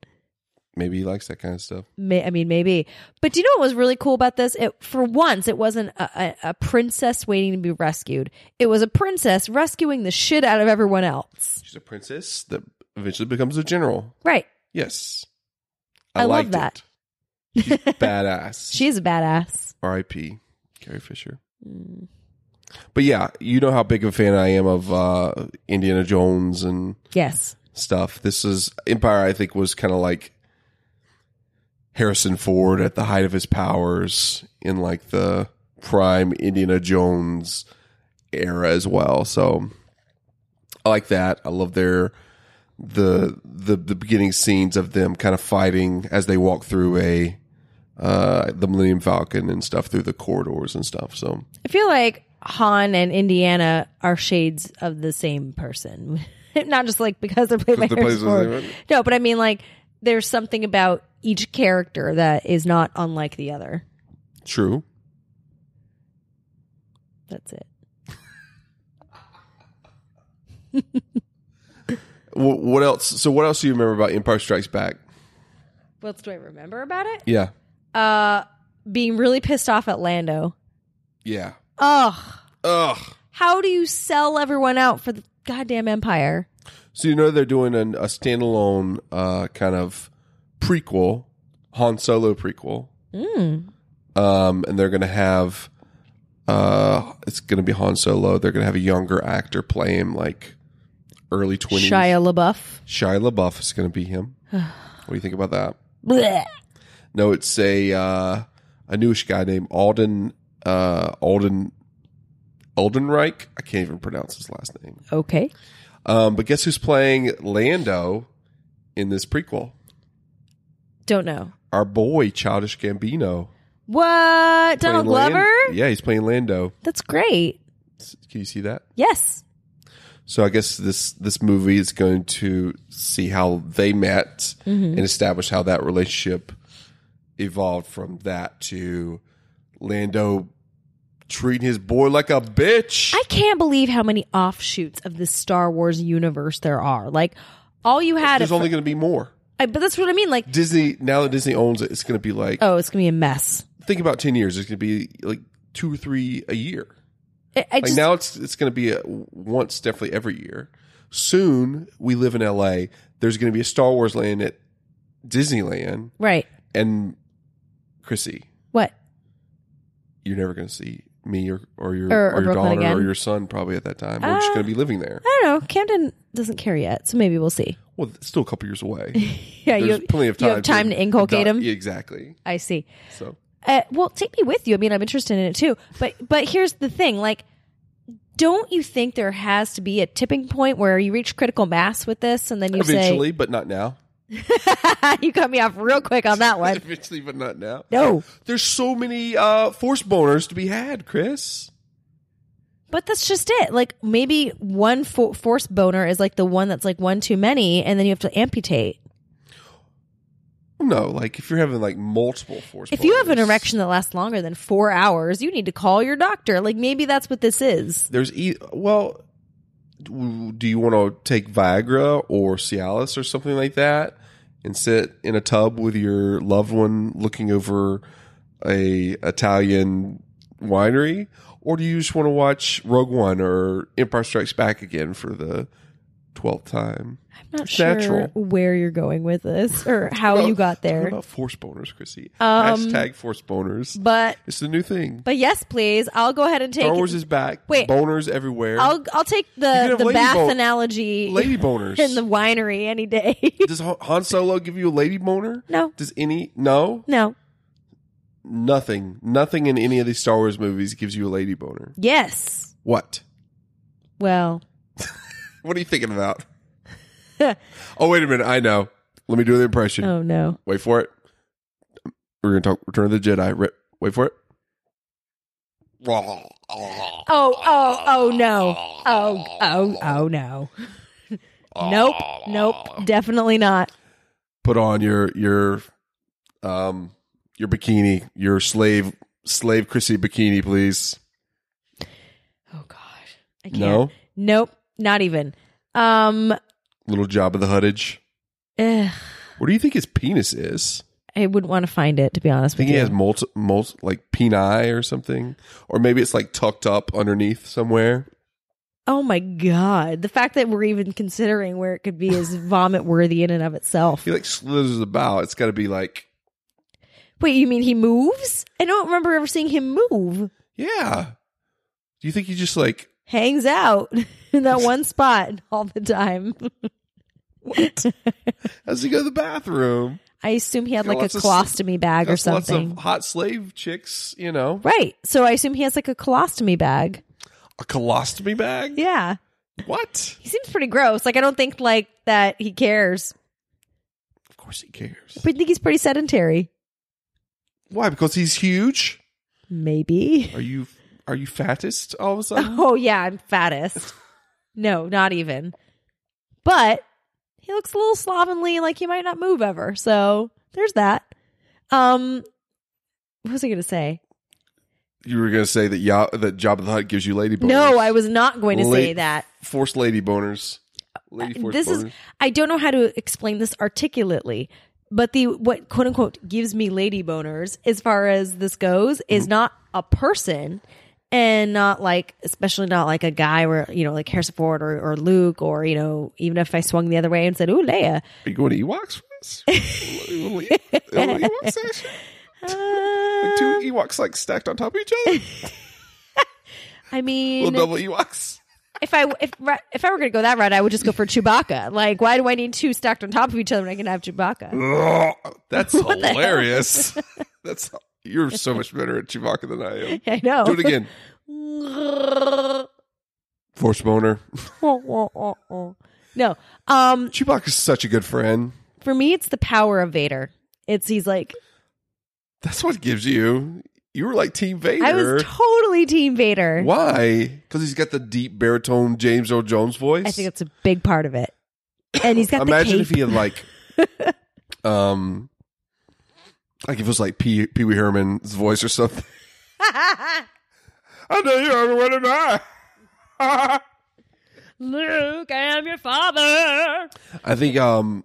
Maybe he likes that kind of stuff. May, I mean, maybe. But do you know what was really cool about this? It, for once, it wasn't a, a, a princess waiting to be rescued. It was a princess rescuing the shit out of everyone else. She's a princess that eventually becomes a general. Right. Yes. I love liked that. it. She's badass. She is a badass. R.I.P. Carrie Fisher. Mm. But yeah, you know how big of a fan I am of uh, Indiana Jones and Yes. stuff. This is Empire. I think was kind of like Harrison Ford at the height of his powers in like the prime Indiana Jones era as well. So I like that. I love their the the the beginning scenes of them kind of fighting as they walk through a uh the Millennium Falcon and stuff through the corridors and stuff. So I feel like Han and Indiana are shades of the same person. Not just like because they're played by They're played Harrison by the same Ford. person. No, but I mean like there's something about each character that is not unlike the other. true. That's it. Wh- What else? So what else do you remember about Empire Strikes Back? What else do I remember about it? Yeah. Uh being really pissed off at Lando. Yeah. Ugh. Ugh. How do you sell everyone out for the goddamn empire? So you know they're doing an, a standalone uh, kind of prequel, Han Solo prequel, Hmm. um, and they're going to have uh, it's going to be Han Solo. They're going to have a younger actor play him, like early twenties. Shia LaBeouf. Shia LaBeouf is going to be him. what do you think about that? Blech. No, it's a uh, a newish guy named Alden uh, Alden Aldenreich. I can't even pronounce his last name. Okay. Um, but guess who's playing Lando in this prequel? Don't know. Our boy, Childish Gambino. What? Donald Playing Lan- Glover? Yeah, he's playing Lando. That's great. S- Can you see that? Yes. So I guess this this movie is going to see how they met Mm-hmm. and establish how that relationship evolved from that to Lando treating his boy like a bitch. I can't believe how many offshoots of this Star Wars universe there are. Like, all you had. There's at only going to be more. fir- I- but that's what I mean. Like, Disney now that Disney owns it, it's going to be like oh, it's going to be a mess. think about ten years. It's going to be like two or three a year. I, I Like just, now it's it's going to be a, once definitely every year. Soon we live in L.A. There's going to be a Star Wars land at Disneyland. right. And Chrissy, What? you're never going to see me or, or your Or- or, or your Brooklyn daughter again. or your son probably at that time. We're just Ah. going to be living there. I don't know. Camden doesn't care yet, so maybe we'll see. Well, it's still a couple years away. Yeah, There's you have, plenty of time. you have time to inculcate him. Yeah, exactly. I see. So Uh, well, take me with you. I mean, I'm interested in it too. But but here's the thing: like, don't you think there has to be a tipping point where you reach critical mass with this, and then you eventually, but not now. say you cut me off real quick on that one? eventually, but not now. No, There's so many uh, force boners to be had, Chris. but that's just it. Like maybe one fo- force boner is like the one that's like one too many, and then you have to amputate. No, like if you're having like multiple force. If you have an boners, erection that lasts longer than four hours, you need to call your doctor. Like maybe that's what this is. there's e- well do do you want to take viagra or cialis or something like that and sit in a tub with your loved one looking over a italian winery or do you just want to watch rogue one or empire strikes back again for the 12th time I'm not It's sure natural. where you're going with this or how you got what there, about force boners chrissy Um, hashtag force boners but. it's the new thing But yes, please. I'll go ahead and take. Star Wars is back. Wait. boners everywhere. I'll I'll take can the have the lady bath bo- analogy Lady boners. in the winery any day. Does Han Han Solo give you a lady boner? No. Does any no no. nothing nothing in any of these Star Wars movies gives you a lady boner? Yes. What? Well, What are you thinking about? oh wait a minute! I know. Let me do the impression. oh no. Wait for it. We're gonna talk Return of the Jedi. Re- wait for it. Oh oh oh no. Oh oh oh no. nope. Nope. Definitely not. Put on your your um your bikini, your slave slave Chrissy bikini, please. Oh god. I can't. No, Nope. Not even. Um. little job of the Huttage. Ugh, What do you think his penis is? I wouldn't want to find it to be honest I think with he you. has multi, multi, like peni or something, or maybe it's like tucked up underneath somewhere. Oh my god! The fact that we're even considering where it could be is vomit worthy in and of itself. He like slithers about. It's got to be like, Wait, you mean he moves? I don't remember ever seeing him move. yeah. Do you think he just like Hangs out in that one spot all the time. as he go to the bathroom? I assume he had Got like a lots of- colostomy bag or That's lots something. of hot slave chicks, you know, right. So I assume he has like a colostomy bag. a colostomy bag. Yeah. What? He seems pretty gross. Like I don't think like that he cares. Of course he cares. But I think he's pretty sedentary. Why? Because he's huge. Maybe. Are you are you fattest all of a sudden? Oh yeah, I'm fattest. No, not even. But he looks a little slovenly, like he might not move ever. So there's that. Um, what was I going to say? you were gonna say that ya- that Job of the Hut gives you lady boners. No, I was not going to say Late- that. Forced lady boners. Lady forced Uh, This boners. is I don't know how to explain this articulately, but the what quote unquote gives me lady boners as far as this goes Mm-hmm. is not a person and not like especially not like a guy where you know like Harrison Ford or, or Luke or you know even if I swung the other way and said ooh Leia Are you going to Ewoks for this? little, little, little Ewok session? Like Um, two Ewoks like stacked on top of each other? I mean Little double Ewoks? if I if if I were going to go that route I would just go for Chewbacca like why do I need two stacked on top of each other when I can have Mm. Chewbacca Ugh, That's hilarious. That's You're so much better at Chewbacca than I am. I know Do it again. Force boner. no um Chewbacca's such a good friend. For me, it's the power of Vader. It's he's like That's what gives you. You were like Team Vader. I was totally Team Vader. Why? Because he's got the deep baritone James Earl Jones voice. I think that's a big part of it. And he's got Imagine the if cape. he had like, um, like if it was like Pee Pee Wee Herman's voice or something. I know you are one and I. Luke, I am your father. I think um,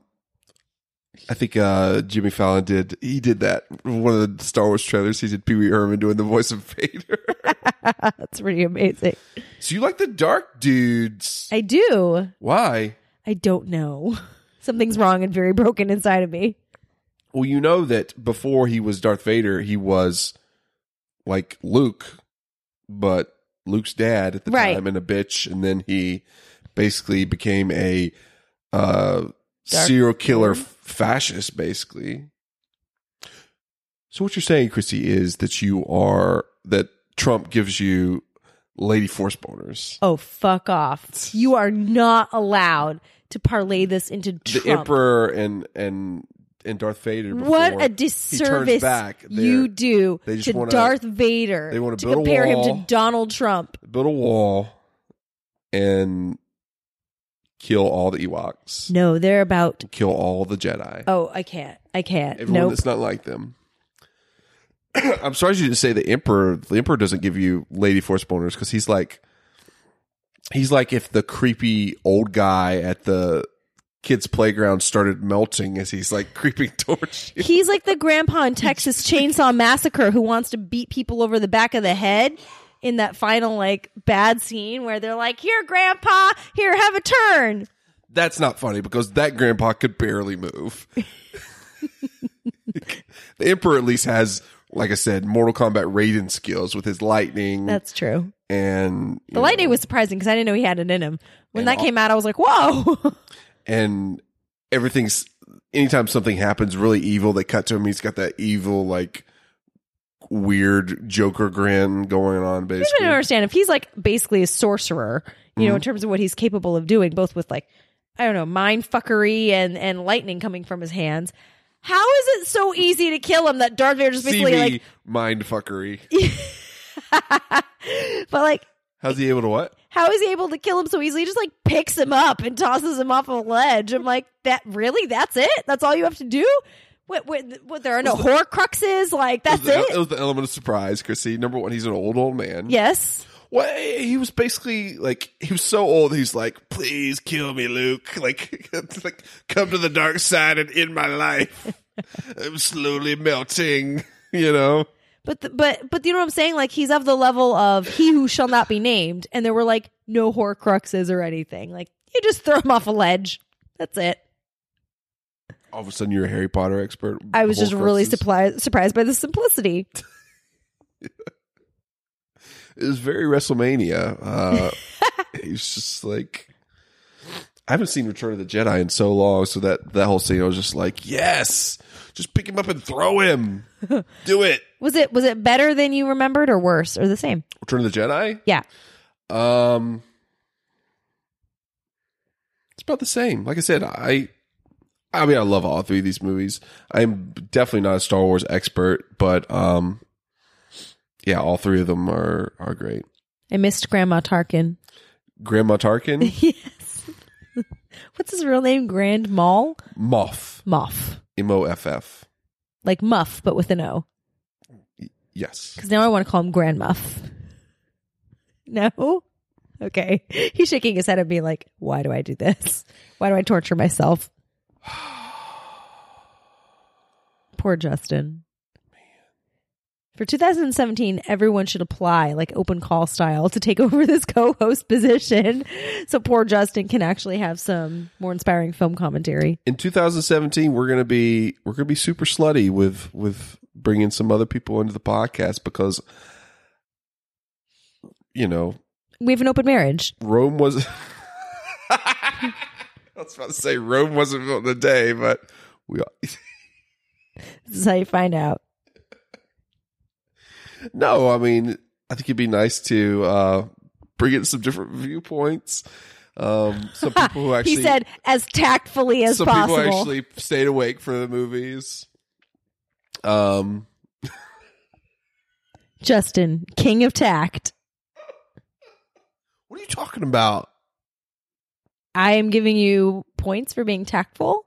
I think uh Jimmy Fallon did. He did that one of the Star Wars trailers. He did Pee Wee Herman doing the voice of Vader. that's pretty amazing. so you like the dark dudes? I do. Why? I don't know. Something's wrong and very broken inside of me. Well, you know that before he was Darth Vader, he was like Luke, but Luke's dad at the Right. time and a bitch, and then he basically became a uh, serial killer f- fascist, basically. So what you're saying, Christy, is that you are that Trump gives you lady force boners. Oh, fuck off. You are not allowed to parlay this into Trump. The Emperor and and and Darth Vader. Before What a He turns disservice back. you they're- do they just to wanna- Darth Vader they wanna to build a compare him wall. to Donald Trump. build a wall and kill all the Ewoks, No, they're about. kill all the Jedi. Oh, I can't. I can't. Everyone Nope. that's not like them. I'm sorry you didn't say the Emperor. The Emperor doesn't give you Lady Force boners because he's like, he's like if the creepy old guy at the kids' playground started melting as he's like creeping towards you. He's like the grandpa in Texas Chainsaw Massacre who wants to beat people over the back of the head in that final like bad scene where they're like, "Here, grandpa, here, have a turn." That's not funny because that grandpa could barely move. the Emperor at least has, like I said, Mortal Kombat Raiden skills with his lightning That's true. and you The know, lightning was surprising because I didn't know he had it in him. When And that all- came out, I was like, "Whoa!" and everything's. Anytime something happens really evil, they cut to him. He's got that evil, like weird Joker grin going on. I don't Basically, understand if he's like basically a sorcerer, you Mm-hmm. know, in terms of what he's capable of doing, both with like I don't know mind fuckery and and lightning coming from his hands. How is it so easy to kill him that Darth Vader's basically like CV mind fuckery. But like, How's he able to what? how is he able to kill him so easily? He just like picks him up and tosses him off a ledge. I'm like, that really? That's it? That's all you have to do? What? What? what there are no Horcruxes? Like that's It was the- it? was the element of surprise, Chrissy. Number one, he's an old old man. Yes. Well, he was basically like he was so old. He's like, please kill me, Luke. Like, it's like come to the dark side and end my life. I'm slowly melting. You know, But the, but but you know what I'm saying? Like he's of the level of he who shall not be named, and there were like no Horcruxes or anything. Like you just throw him off a ledge. That's it. all of a sudden you're a Harry Potter expert. I was just really surprised. surprised surprised by the simplicity. It was very WrestleMania. Uh, it was just like I haven't seen Return of the Jedi in so long. So that that whole scene, I was just like, yes, just pick him up and throw him. Do it. Was it was it better than you remembered, or worse, or the same? Return of the Jedi. Yeah. Um, it's about the same. Like I said, I, I mean, I love all three of these movies. I'm definitely not a Star Wars expert, but um, yeah, all three of them are are great. I missed Grandma Tarkin. Grandma Tarkin, yes. What's his real name? Grand Mall? Moff, Muff. M O F F. Like Muff, but with an O. Yes, Because now I want to call him Grand Muff. No? Okay. He's shaking his head at me like, why do I do this? Why do I torture myself? Poor Justin. For 2017, everyone should apply, like open call style, to take over this co host position. So poor Justin can actually have some more inspiring film commentary. in 2017, we're gonna be we're gonna be super slutty with with bringing some other people into the podcast because you know We have an open marriage. Rome was. I was about to say Rome wasn't built in a day, but we This is how you find out. no. I mean, I think it'd be nice to uh, bring in some different viewpoints. Um, some people who actually he said as tactfully as some possible. people actually stayed awake for the movies. Um, Justin, king of tact. What are you talking about? I am giving you points for being tactful.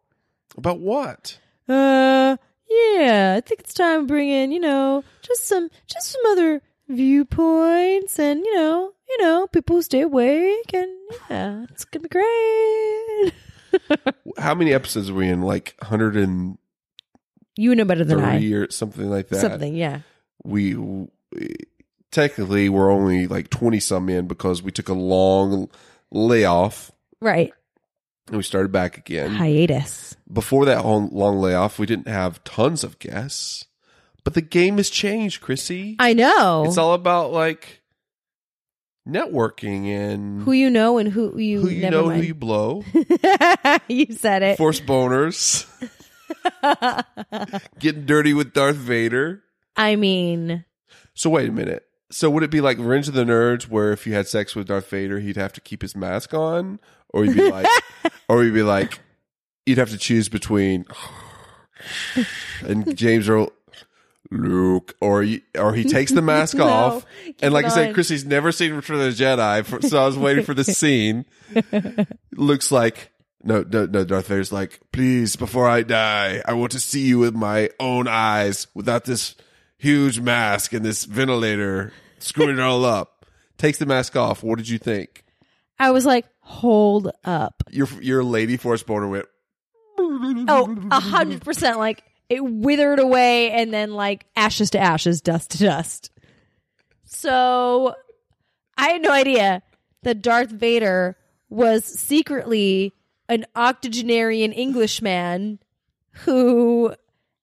About what? Uh, yeah, I think it's time to bring in, you know, just some, just some other viewpoints, and you know, you know, people who stay awake, and yeah, it's gonna be great. How many episodes are we in? Like 103 You know better than I. or something like that. Something, yeah. We, we technically we're only like 20 some in because we took a long layoff Right. and we started back again. Hiatus. Before that long, long layoff, we didn't have tons of guests, but the game has changed, Chrissy. I know. It's all about like networking and who you know and who you, who you never know, mind. who you blow, you said it. force boners, getting dirty with Darth Vader. I mean, So wait a minute. So would it be like Revenge of the Nerds, where if you had sex with Darth Vader, he'd have to keep his mask on, or you'd be like, or you'd be like, you'd have to choose between and James Earl Luke, or you, or he takes the mask No, off, keep and like it I said, on. Chrissy's never seen Return of the Jedi, for, so I was waiting for the scene. Looks like. No, no, no, Darth Vader's like, please, before I die, I want to see you with my own eyes without this huge mask and this ventilator screwing it all up. Takes the mask off. What did you think? I was like, hold up. your your lady force boner went. Oh, a hundred percent. Like it withered away and then like ashes to ashes, dust to dust. So I had no idea that Darth Vader was secretly an octogenarian Englishman who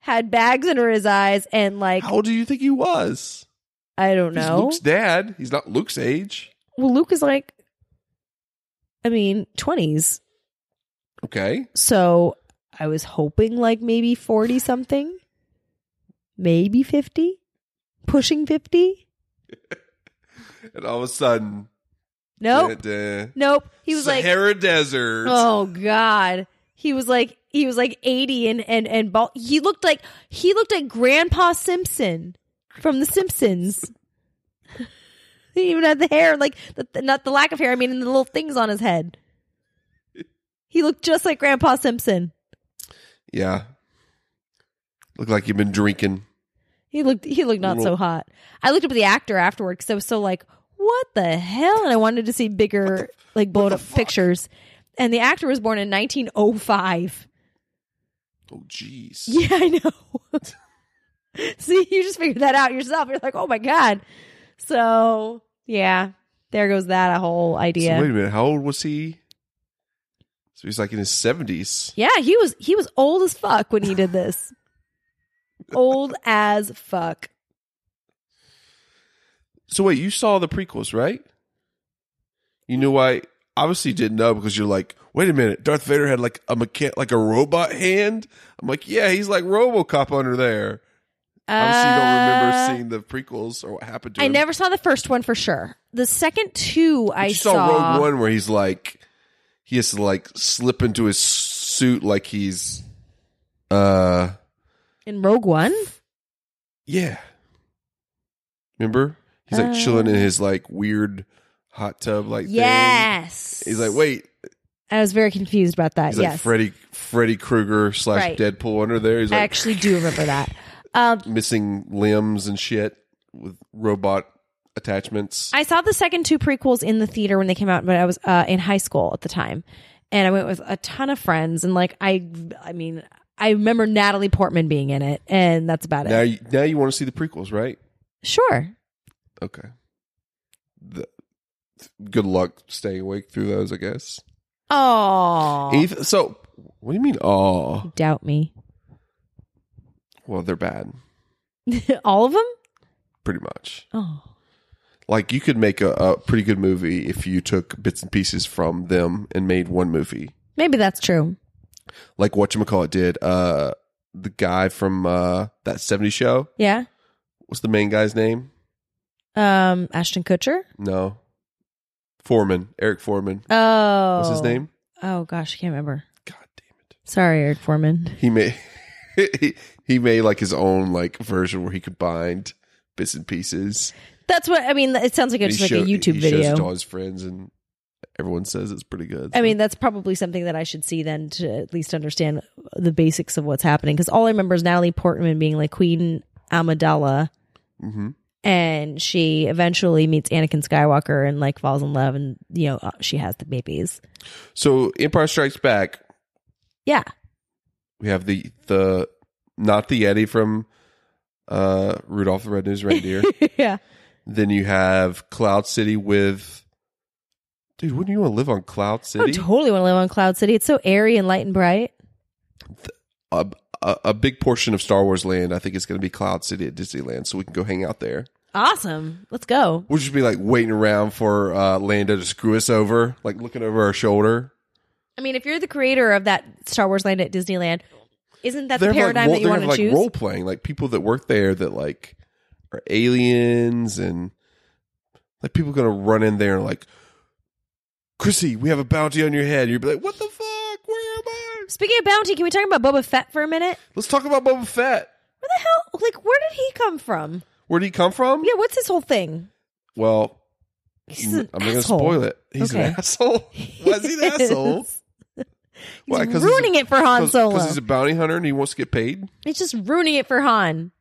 had bags under his eyes and like How old do you think he was? I don't He's know. Luke's dad. He's not Luke's age. well, Luke is like, I mean, twenties. Okay. So I was hoping like maybe 40 something, maybe 50, pushing 50. And all of a sudden, Nope. duh, duh, Nope. He was like, Sahara Desert. oh God. He was like, he was like 80 and, and, and bald. He looked like, he looked like Grandpa Simpson from The Simpsons. he even had the hair, like, the, the- not the lack of hair, I mean, the little things on his head. He looked just like Grandpa Simpson. Yeah. Look like you've been drinking. He looked he looked not Little- so hot. I looked up at the actor afterward because I was so like, what the hell? And I wanted to see bigger, like blown up pictures. And the actor was born in 1905. Oh, jeez. Yeah, I know. see, you just figured that out yourself. You're like, oh my god. So yeah, there goes that whole idea. So wait a minute. How old was he? So he's like in his seventies. yeah, he was he was old as fuck when he did this. old as fuck. So wait, you saw the prequels, right? You knew why? Obviously, you didn't know because you're like, wait a minute, Darth Vader had like a mechan- like a robot hand. I'm like, yeah, he's like RoboCop under there. Obviously, Uh, you don't remember seeing the prequels or what happened to I him. never saw the first one for sure. The second two But I you saw. saw, Rogue One where he's like, he has to like slip into his suit like he's, uh, In Rogue One? yeah. Remember, he's like Uh. chilling in his like weird hot tub like thing. yes. He's like, wait, I was very confused about that. He's yes. like Freddy Freddy Krueger slash Right. Deadpool under there. He's I like actually do remember that. Um, missing limbs and shit with robot attachments. I saw the second two prequels in the theater when they came out, but I was uh, in high school at the time. And I went with a ton of friends. And like, I, I mean, I remember Natalie Portman being in it. And that's about now it. you, now you want to see the prequels, right? Sure. Okay. The, good luck staying awake through those, I guess. Oh. Anyth- so, what do you mean? Oh, Doubt me. well, they're bad, All of them? pretty much. Oh. Like you could make a, a pretty good movie if you took bits and pieces from them and made one movie. Maybe that's true. Like what it did. Uh, the guy from uh, that 70s show. Yeah. What's the main guy's name? Um, Ashton Kutcher. No. Foreman. Eric Foreman. Oh, What's his name? Oh gosh, I can't remember. God damn it. Sorry, Eric Foreman. He made he, he made like his own like version where he combined bits and pieces. That's what I mean. It sounds like And it's he like show- a YouTube he shows it to video. all his friends, and everyone says it's pretty good. I mean, that's probably something that I should see then to at least understand the basics of what's happening. Because all I remember is Natalie Portman being like Queen Amidala, hmm and she eventually meets Anakin Skywalker and like falls in love, and you know uh, she has the babies. so Empire Strikes Back. Yeah, We have the the not the Yeti from uh, Rudolph the Red Nosed Reindeer. yeah. then you have Cloud City with. Dude, wouldn't you want to live on Cloud I would City? totally want to live on Cloud City. It's so airy and light and bright. a, a, a big portion of Star Wars land, I think, is going to be Cloud City at Disneyland, so we can go hang out there. Awesome. Let's go. We'll just be like waiting around for uh, Lando to screw us over, like looking over our shoulder. I mean, if you're the creator of that Star Wars land at Disneyland, isn't that the have, paradigm role- that you they have, want to like choose? role playing, like people that work there that like are aliens and like people going to run in there and like, Chrissy, we have a bounty on your head. You'd be like, what the fuck? Where am I? Speaking of bounty, can we talk about Boba Fett for a minute? Let's talk about Boba Fett. Where the hell? Like, where did he come from? Where did he come from? Yeah, what's his whole thing? Well, He's an I'm not asshole. gonna spoil it. He's an Okay. asshole. Why is he an asshole? He's Why? 'Cause he's a- ruining it for Han Solo. because he's a bounty hunter and he wants to get paid. it's just ruining it for Han.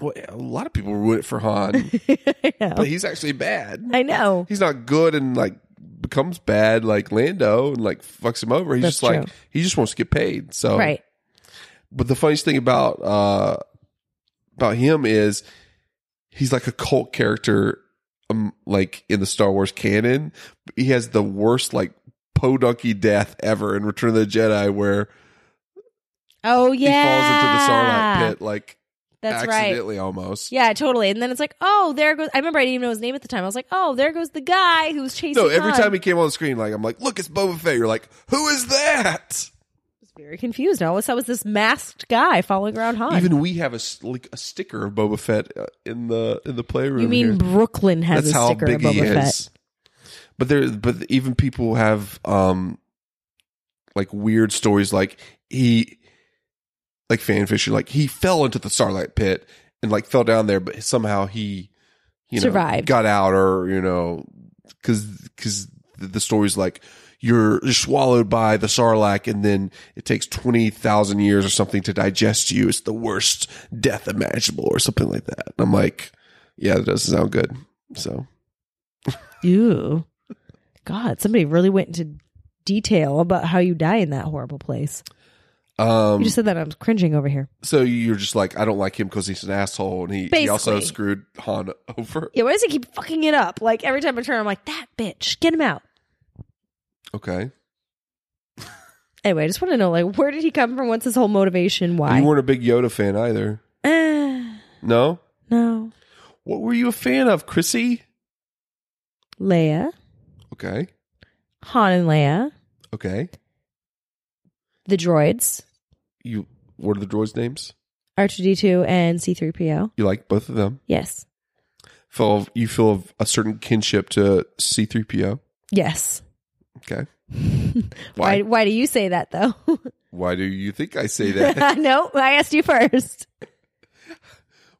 Well, a lot of people ruin it for Han, I know. but he's actually bad. I know. He's not good and like becomes bad like Lando and like fucks him over. He's That's just like true. he just wants to get paid. So Right. But the funniest thing about uh about him is he's like a cult character um, like in the Star Wars canon. He has the worst like podunky death ever in Return of the Jedi where Oh yeah. he falls into the Sarlacc pit like That's right. accidentally almost. Yeah, totally. And then it's like, oh, there goes. I remember I didn't even know his name at the time. I was like, oh, there goes the guy who was chasing. No, every Han. time he came on the screen, like I'm like, look, it's Boba Fett. You're like, who is that? was very confused. All I saw was this masked guy following around Han. Even we have a s- like a sticker of Boba Fett uh, in the in the playroom. you mean here. Brooklyn has that's a how sticker big of he Boba Fett? is. But there, but even people have um, like weird stories. Like he, like fan fiction, like he fell into the Starlight Pit and like fell down there, but somehow he, you know, Survived. got out, or you know, because because the story's like. You're you're swallowed by the sarlacc, and then it takes twenty thousand years or something to digest you. It's the worst death imaginable, or something like that. And I'm like, yeah, that doesn't sound good. So Ew. God, somebody really went into detail about how you die in that horrible place. Um, You just said that I'm cringing over here. so you're just like, I don't like him because he's an asshole, and he, he also Basically. screwed Han over. Yeah, why does he keep fucking it up? Like every time I turn, I'm like, that bitch, get him out. Okay, Anyway, I just want to know, like, where did he come from? What's his whole motivation? Why? you weren't a big Yoda fan either. Eh, No, no, what were you a fan of, Chrissy? Leia, Okay, Han, and Leia, okay. the droids, You what are the droids' names? R2D2 and C3PO. You like both of them? Yes, Feel you feel a certain kinship to C-3PO? yes. Okay, Why? Why? Why do you say that though? why do you think I say that? no, I asked you first.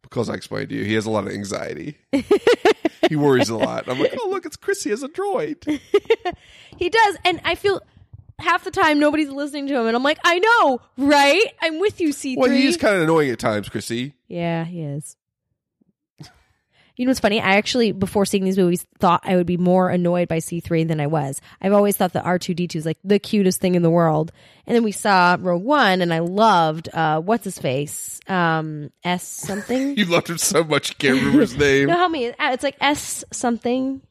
because I explained to you, he has a lot of anxiety. he worries a lot. I'm like, oh look, it's Chrissy as a droid. He does, and I feel half the time nobody's listening to him, and I'm like, I know, right? I'm with you, C3. Well, he's kind of annoying at times, Chrissy. yeah, he is. You know what's funny? I actually, before seeing these movies, thought I would be more annoyed by C3 than I was. I've always thought that R2D2 is like the cutest thing in the world. And then we saw Rogue One, and I loved, uh, what's his face? Um, S something? You loved him so much, you can't remember his name. no, help me. Uh, It's like S something.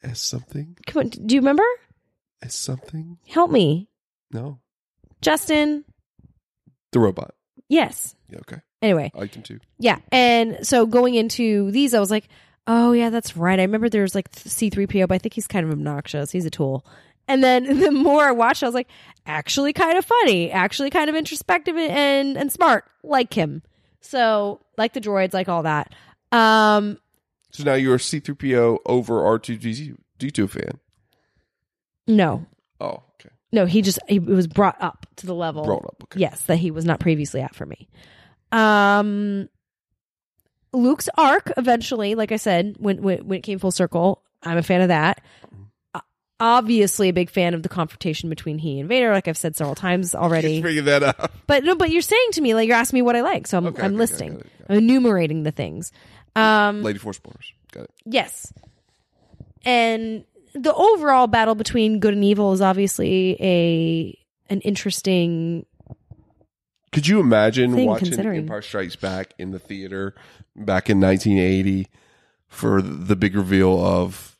As something? Come on, do you remember? As something? Help me. No. Justin. The robot. Yes. Yeah, okay. Anyway, I liked him too. yeah. And so going into these, I was like, oh, yeah, that's right. I remember there's like C3PO, but I think he's kind of obnoxious. He's a tool. And then the more I watched, I was like, actually kind of funny, actually kind of introspective and, and smart, like him. So, like the droids, like all that. Um, So now you're a C3PO over R2D2 D2 fan. no, Oh, okay. no, he just, he, it was brought up to the level. Brought up. Okay. Yes, that he was not previously at for me. Um, Luke's arc eventually, like I said, when when, when it came full circle, I'm a fan of that. O- Obviously, a big fan of the confrontation between he and Vader, like I've said several times already. Figure that out. But no, but you're saying to me like you're asking me what I like, so I'm Okay, I'm okay, listing, got it, I'm enumerating the things. Um, Lady Force Spoilers. Got it. yes, and the overall battle between good and evil is obviously a an interesting. Could you imagine Thing watching considering. Empire Strikes Back in the theater back in 1980 for the big reveal of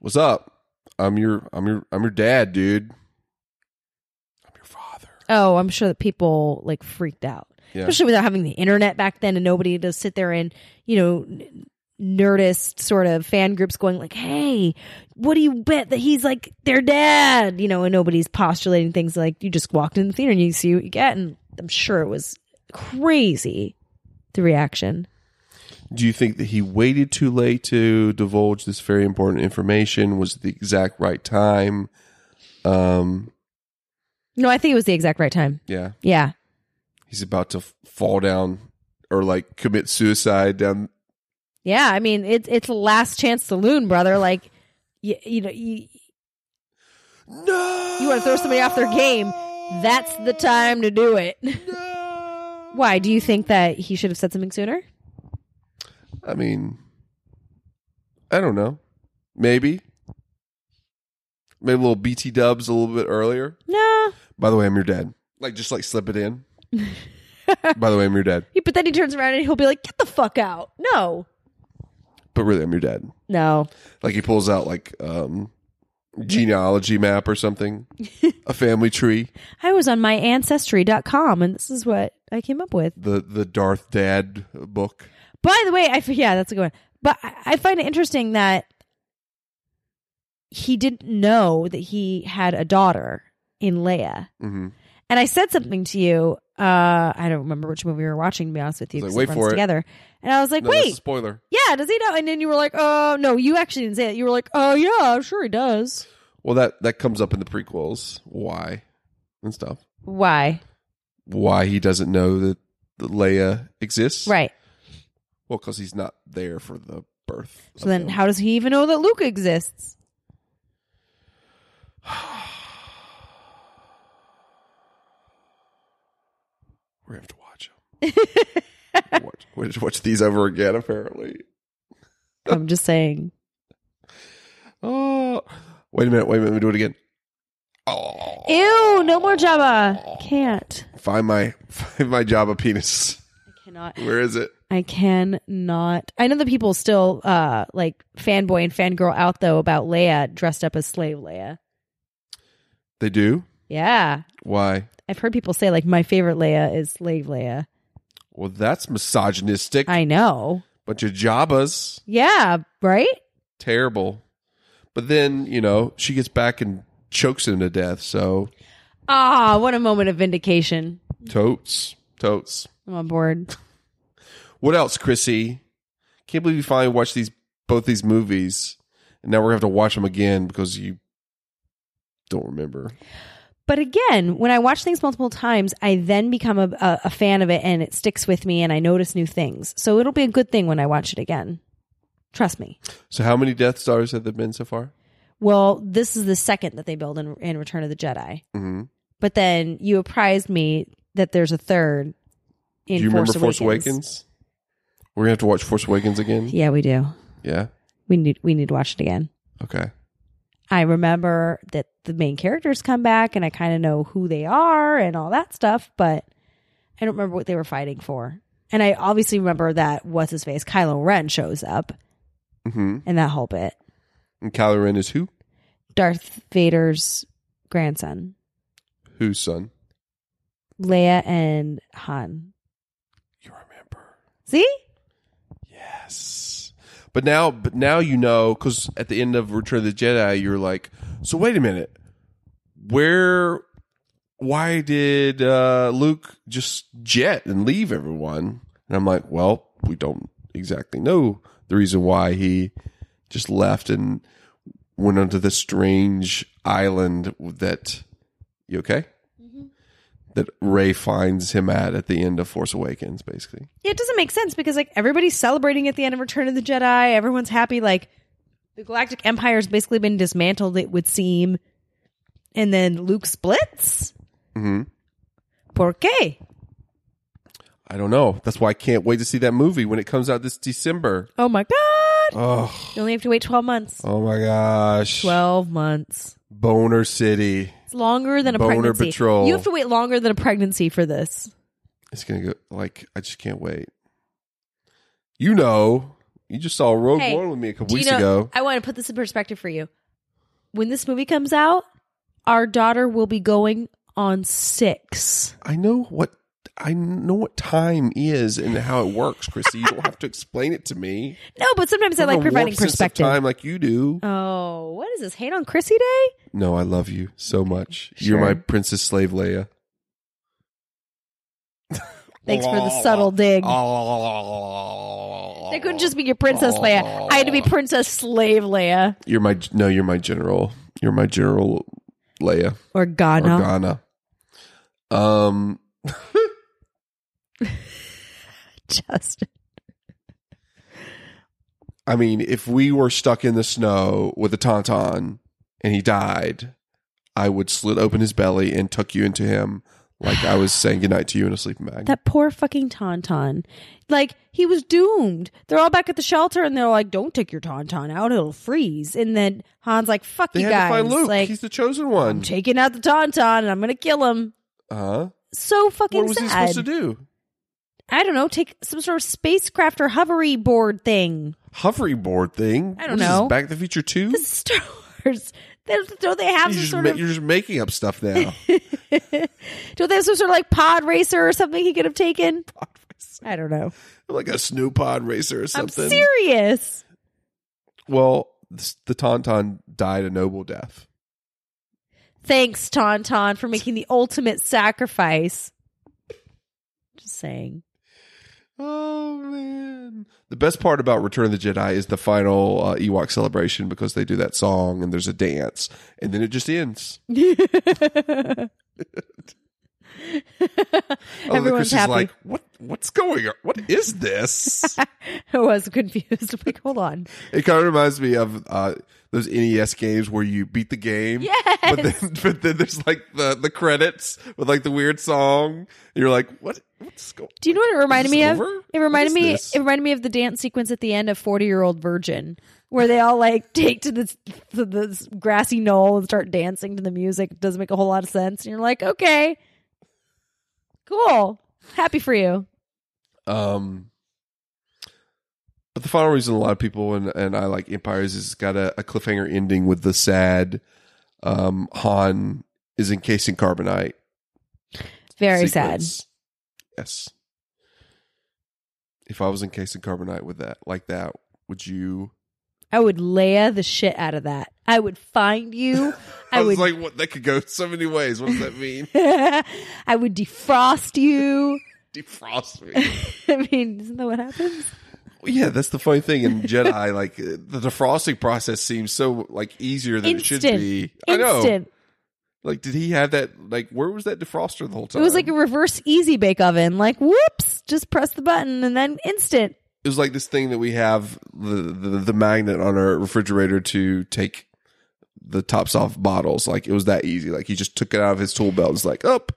"What's up? I'm your, I'm your, I'm your dad, dude. I'm your father." Oh, I'm sure that people like freaked out, Yeah. especially without having the internet back then, and nobody to sit there and you know. n- Nerdist sort of fan groups going like, "Hey, what do you bet that he's like their dad?" You know, and nobody's postulating things like you just walked in the theater and you see what you get, and I'm sure it was crazy the reaction. Do you think that he waited too late to divulge this very important information? Was it the exact right time? Um, No, I think it was the exact right time. yeah, Yeah, he's about to f- fall down or like commit suicide down. yeah. I mean, it's it's last chance saloon, brother. Like, you, you know, you, No, you want to throw somebody off their game. That's the time to do it. Why do you think that he should have said something sooner? I mean, I don't know. Maybe, maybe a little BT Dubs a little bit earlier. No, By the way, I'm your dad. Like, just like slip it in. By the way, I'm your dad. but then he turns around and he'll be like, "Get the fuck out!" No, But really, I'm your dad. no. like he pulls out like um genealogy map or something a family tree I was on my ancestry.com and this is what I came up with. the the darth dad book By the way, I f- yeah, that's a good one. But I, I find it interesting that he didn't know that he had a daughter in Leia. hmm And I said something to you. Uh, I don't remember which movie we were watching. To be honest with you, I was 'cause like, it wait runs for it. together. And I was like, wait, spoiler yeah, does he know? And then you were like, oh no, you actually didn't say that. You were like, oh yeah, I'm sure he does. well that that comes up in the prequels why and stuff Why? why he doesn't know that that leia exists Right. well because he's not there for the birth So then, how does he even know that Luke exists? we're gonna have to watch him watch, watch, watch these over again apparently I'm just saying. oh wait a minute wait a minute let me do it again oh Ew, no more Jabba. Can't. find my find my Java penis. Cannot. Where is it? I can not. I know the people still uh like fanboy and fangirl out though about Leia dressed up as slave Leia. They do. Yeah. Why? I've heard people say like my favorite Leia is slave Leia. Well, that's misogynistic. I know. Bunch of Jabas. Yeah, right? Terrible. But then you know she gets back and chokes him to death. So Ah, what a moment of vindication. totes, totes. I'm on board. What else, Chrissy? Can't believe you finally watched these both these movies, and now we're gonna have to watch them again because you don't remember. But again, when I watch things multiple times, I then become a, a, a fan of it and it sticks with me and I notice new things. So it'll be a good thing when I watch it again. Trust me. So how many Death Stars have there been so far? Well, this is the second that they build in, in Return of the Jedi. Mm-hmm. But then you apprised me that there's a third Do in you remember Force, Force Awakens. Awakens? We're gonna have to watch Force Awakens again. Yeah, we do. Yeah. We need we need to watch it again. Okay. I remember that the main characters come back and I kind of know who they are and all that stuff, but I don't remember what they were fighting for. And I obviously remember that what's his face, Kylo Ren shows up Mm-hmm. and that whole bit. And Kylo Ren is who? Darth Vader's grandson, Whose son? Leia and Han. You remember? See? Yes. But now, but now you know because at the end of Return of the Jedi, you're like, so wait a minute, where? Why did uh, Luke just jet and leave everyone? And I'm like, well, we don't exactly know the reason why he just left and went onto this strange island that. You okay? that Ray finds him at at the end of Force Awakens, basically. Yeah, it doesn't make sense because like everybody's celebrating at the end of Return of the Jedi. Everyone's happy. Like the Galactic Empire's basically been dismantled. It would seem, and then Luke splits. hmm Por qué? I don't know. That's why I can't wait to see that movie when it comes out this December. Oh my god! Oh, You only have to wait twelve months. oh my gosh. Twelve months. Boner City. It's longer than a Boner pregnancy. Patrol. You have to wait longer than a pregnancy for this. It's gonna go like I just can't wait. You know, you just saw Rogue Hey, One with me a couple Do you weeks know- ago. I want to put this in perspective for you. When this movie comes out, our daughter will be going on six. I know what I know what time is and how it works, Chrissy. You don't have to explain it to me. No, but sometimes I have a like providing warped sense of perspective. time like you do. Oh, what is this? Hate on Chrissy Day? No, I love you so much. You're my Sure. princess slave Leia. Thanks for the subtle dig. That couldn't just be your Princess Leia. I had to be Princess Slave Leia. You're my no, you're my general. You're my general Leia. Or Ghana. Organa. Um Just I mean, if we were stuck in the snow with a tauntaun and he died, I would slit open his belly and tuck you into him like I was saying goodnight to you in a sleeping bag. that poor fucking Tauntaun. Like, he was doomed. They're all back at the shelter and they're like, don't take your Tauntaun out. It'll freeze. And then Han's like, fuck they you had guys. to find Luke. Like, He's the chosen I'm one. taking out the Tauntaun and I'm going to kill him. Huh? So fucking What was sad. he supposed to do? I don't know. Take some sort of spacecraft or hovery board thing. Hovery board thing. I don't What is know. This, Back to the Future Two. This is Star Wars. Don't don't they have some You're just, sort ma- of you're just making up stuff now. Don't they have some sort of like pod racer or something he could have taken? I don't know. like a snow pod racer or I'm something. serious. well, this, the Tauntaun died a noble death. Thanks, Tauntaun, for making the ultimate sacrifice. Just saying. Oh man! The best part about Return of the Jedi is the final uh, Ewok celebration because they do that song and there's a dance, and then it just ends. Oh, Everyone's happy. like, "What? What's going on? What is this?" I was confused. I'm like, hold on. it kind of reminds me of uh, those NES games where you beat the game, Yes. but then, but then there's like the the credits with like the weird song. And you're like, "What? What's going?" Do you know what it reminded this me over? of? It reminded What is me. this? It reminded me of the dance sequence at the end of Forty Year Old Virgin, where they all like take to this to this grassy knoll and start dancing to the music. It doesn't make a whole lot of sense, and you're like, okay, cool, happy for you. Um, but the final reason a lot of people and, and I like Empires is it's got a, a cliffhanger ending with the sad um, Han is encased in carbonite. Very sad. Yes. If I was encased in carbonite with that, like that, would you? sad. I would Leia the shit out of that. I would find you. I, I, was would. like, what? That could go so many ways. What does that mean? I would defrost you. Defrost me. I mean, isn't that what happens? Well, yeah, that's the funny thing in Jedi. Like uh, the defrosting process seems so like easier than it should Instant. be. I know. Instant. Like, did he have that? Like, where was that defroster the whole time? It was like a reverse easy bake oven. Like, whoops, just press the button and then instant. it was like this thing that we have the the, the magnet on our refrigerator to take the tops off bottles. Like, it was that easy. Like, he just took it out of his tool belt. and was like, up,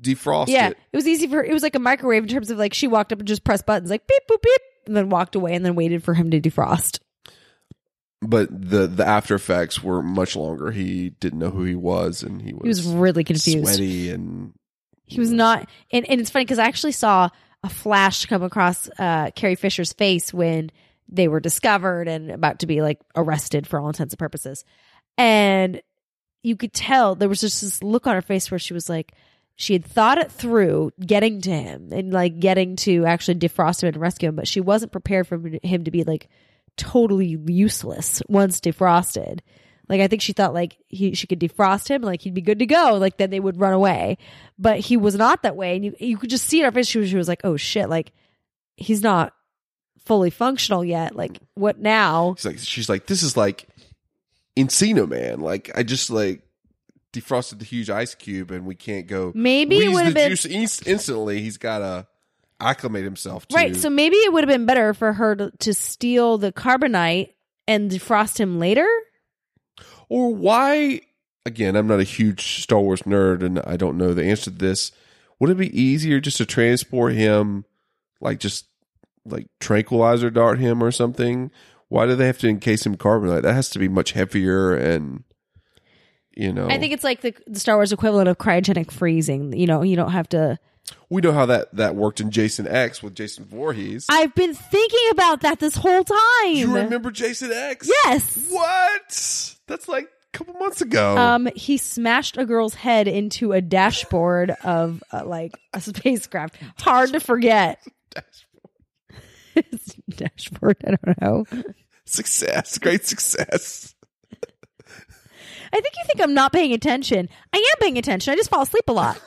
defrost yeah, it. it was easy for. It was like a microwave in terms of like she walked up and just pressed buttons, like beep boop beep, and then walked away and then waited for him to defrost. But the the after effects were much longer. He didn't know who he was, and he was, He was really confused. sweaty, and He was not, and, and it's funny because I actually saw a flash come across uh, Carrie Fisher's face when they were discovered and about to be like arrested for all intents and purposes. And you could tell there was just this look on her face where she was like, she had thought it through getting to him and like getting to actually defrost him and rescue him, but she wasn't prepared for him to be like totally useless once defrosted. Like I think she thought like he she could defrost him, like he'd be good to go, like then they would run away. But he was not that way, and you you could just see in her face. She was, she was like, "Oh shit!" Like he's not fully functional yet. Like what now? She's like, she's like, this is like Encino Man. Like, I just like defrosted the huge ice cube, and we can't go. Maybe it wheeze would've the been- juice inst- instantly. He's got to acclimate himself. To, Right. So maybe it would have been better for her to, to steal the carbonite and defrost him later. or why? Again, I'm not a huge Star Wars nerd, and I don't know the answer to this. Would it be easier just to transport him, like just like tranquilizer dart him or something? Why do they have to encase him in carbonite? That has to be much heavier, and you know, I think it's like the, the Star Wars equivalent of cryogenic freezing. You know, you don't have to. we know how that that worked in Jason X with Jason Voorhees. I've been thinking about that this whole time. you remember Jason X? Yes. What? That's like a couple months ago. Um, he smashed a girl's head into a dashboard of uh, like a spacecraft. Hard to forget. It's dashboard. I don't know. success. Great success. I think you think I'm not paying attention. I am paying attention. I just fall asleep a lot.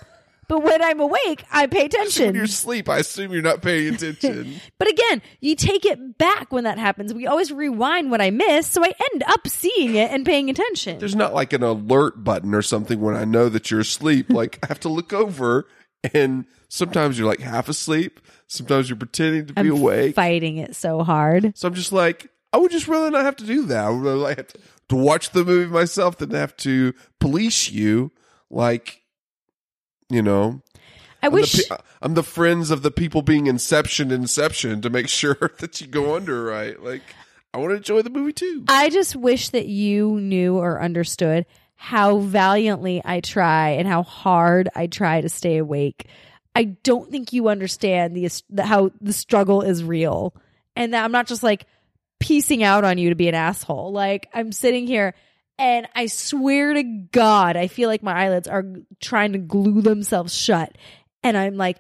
But when I'm awake, I pay When you're attention. asleep, I assume you're not paying attention. But again, you take it back when that happens. We always rewind what I miss, so I end up seeing it and paying attention. There's not like an alert button or something when I know that you're asleep. Like I have to look over and sometimes you're like half asleep. Sometimes you're pretending to be I'm awake. fighting it so hard. so I'm just like, I would just rather not have to do that. I would rather like have to, to watch the movie myself than have to police you. Like, you know, I I'm wish the, pe- I'm the friends of the people being Inception, Inception to make sure that you go under right. Like I want to enjoy the movie too. I just wish that you knew or understood how valiantly I try and how hard I try to stay awake. I don't think you understand the, the how the struggle is real, and that I'm not just like piecing out on you to be an asshole. Like I'm sitting here, and I swear to God, I feel like my eyelids are trying to glue themselves shut, and I'm like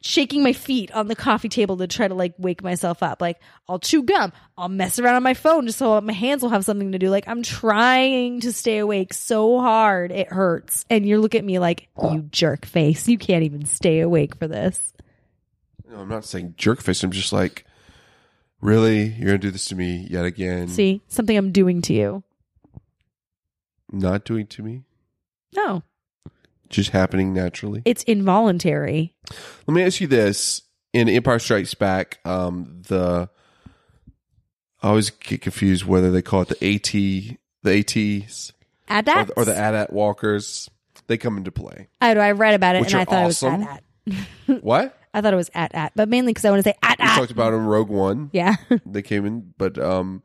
shaking my feet on the coffee table to try to like wake myself up. Like I'll chew gum, I'll mess around on my phone just so my hands will have something to do. Like I'm trying to stay awake so hard it hurts. And you look at me like you jerk face. You can't even stay awake for this. No, I'm not saying jerk face. I'm just like, really, you're gonna do this to me yet again? See something I'm doing to you. Not doing to me, No, just happening naturally. it's involuntary. Let me ask you this: In Empire Strikes Back, um, the I always get confused whether they call it the AT, the ATs, Add or that the, or the AT-AT walkers. They come into play. I, I read about it Which and I are thought it awesome. was at at. What? I thought it was at at, but mainly because I want to say at We at. talked about in Rogue One. yeah, They came in, but um,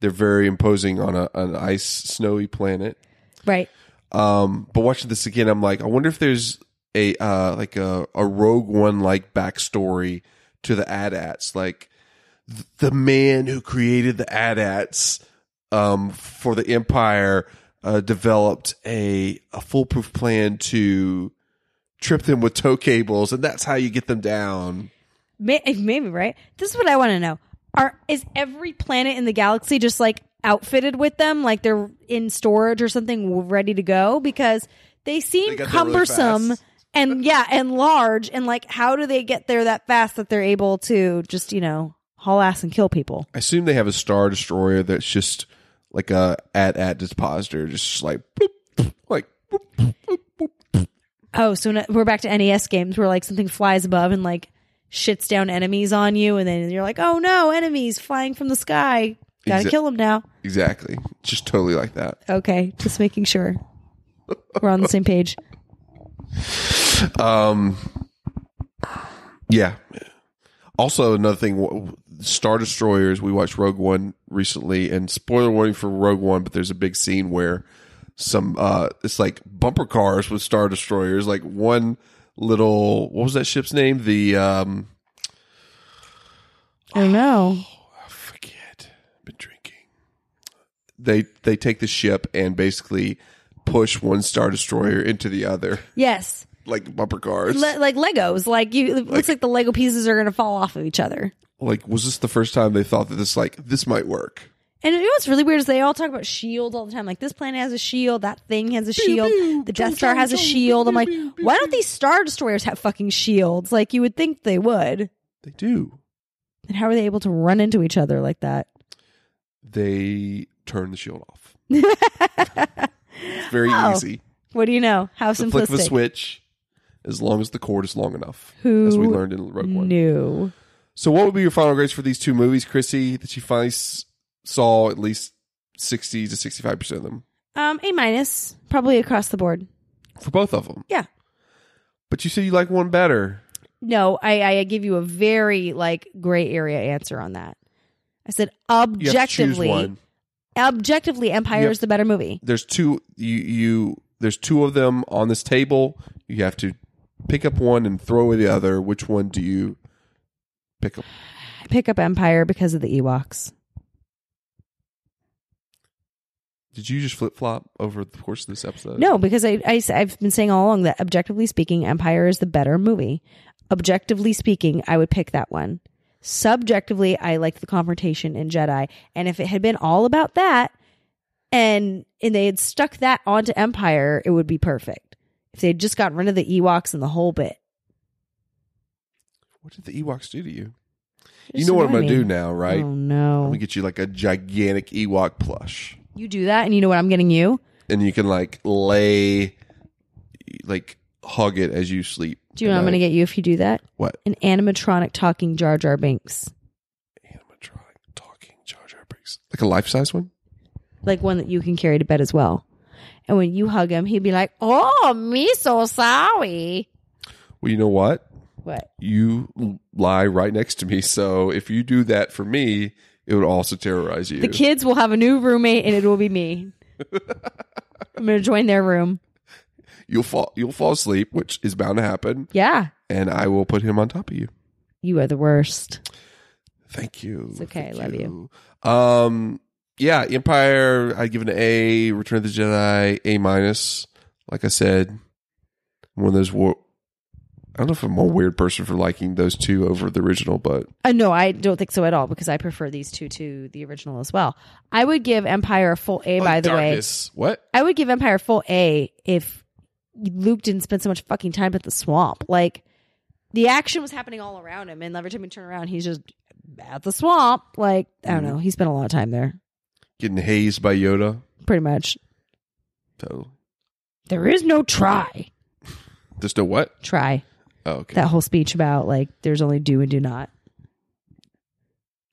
they're very imposing on a, an ice, snowy planet. right. Um, but watching this again, I'm like, I wonder if there's a uh, like a, a Rogue One like backstory to the AT-ATs, like th- the man who created the AT-ATs um, for the Empire uh, developed a, a foolproof plan to trip them with tow cables, and that's how you get them down. May- eh, maybe right this is what i want to know are is every planet in the galaxy just like outfitted with them like they're in storage or something ready to go because they seem They got there really cumbersome fast. and yeah and large and like how do they get there that fast that they're able to just you know haul ass and kill people I assume they have a star destroyer that's just like a at at depositor, just like boop, boop, like boop. oh so no, we're back to nes games where like something flies above and like shits down enemies on you and then you're like oh no enemies flying from the sky gotta Exa- kill them now exactly, just totally like that. Okay, just making sure we're on the same page. Um, yeah. Also, another thing, w- star destroyers. We watched Rogue One recently, and spoiler warning for Rogue One, but there's a big scene where some uh, it's like bumper cars with star destroyers. Like one little, what was that ship's name? The um, Oh no! forget. I've been drinking. They they take the ship and basically push one star destroyer into the other, Yes, like bumper cars. Le- like Legos. Like you, it looks like the Lego pieces are going to fall off of each other. like, was this the first time they thought that this like this might work? And you know what's really weird is they all talk about shields all the time. Like this planet has a shield, that thing has a shield, the Death Star has a shield. I'm like, why don't these Star Destroyers have fucking shields? Like you would think they would. They do. And how are they able to run into each other like that? They turn the shield off. It's very Oh. easy. What do you know? How the flick of a simplistic. switch, as long as the cord is long enough, Who as we learned in Rogue One. knew? So, what would be your final grades for these two movies, Chrissy? That you finally s- saw at least sixty to sixty-five percent of them Um, a minus, probably across the board. for both of them. Yeah. But you said you like one better. No, I, I give you a very like gray area answer on that. I said You have to choose objectively, one. objectively, Empire Yep. is the better movie. There's two. You you. There's two of them on this table. You have to pick up one and throw away the other. Which one do you pick up? I pick up Empire because of the Ewoks. Did you just flip flop over the course of this episode? No, because I, I have been saying all along that objectively speaking, Empire is the better movie. Objectively speaking, I would pick that one. Subjectively, I liked the confrontation in Jedi, and if it had been all about that, and and they had stuck that onto Empire, it would be perfect. If they had just gotten rid of the Ewoks and the whole bit, What did the Ewoks do to you? you Just know what I'm annoy going to me. do now, right? Oh I'm no! going to get you like a gigantic Ewok plush. You do that, and you know what I'm getting you? And you can like lay, like hug it as you sleep. Do you know what I'm going to get you if you do that? What? An animatronic talking Jar Jar Binks, Animatronic talking Jar Jar Binks. Like a life size one? like one that you can carry to bed as well. And when you hug him, he'd be like, "Oh, me so sorry." Well, you know what? What? You lie right next to me. So if you do that for me, it would also terrorize you. The kids will have a new roommate, and it will be me. I'm going to join their room. you'll fall you'll fall asleep, which is bound to happen, Yeah, and I will put him on top of you. you are the worst. Thank you. It's okay, I love you. Um, yeah, Empire. I give it an A. Return of the Jedi, A minus. Like I said, one of those. War- I don't know if I'm a weird person for liking those two over the original, but Uh, no, I don't think so at all because I prefer these two to the original as well. I would give Empire a full A, by the way. way, what? I would give Empire full A if Luke didn't spend so much fucking time at the swamp. Like the action was happening all around him, and every time he turned around, he's just at the swamp. Like I don't know, he spent a lot of time there, Getting hazed by Yoda. pretty much. Totally. There is no try. There's no what? Try Oh, okay. that whole speech about like there's only do and do not.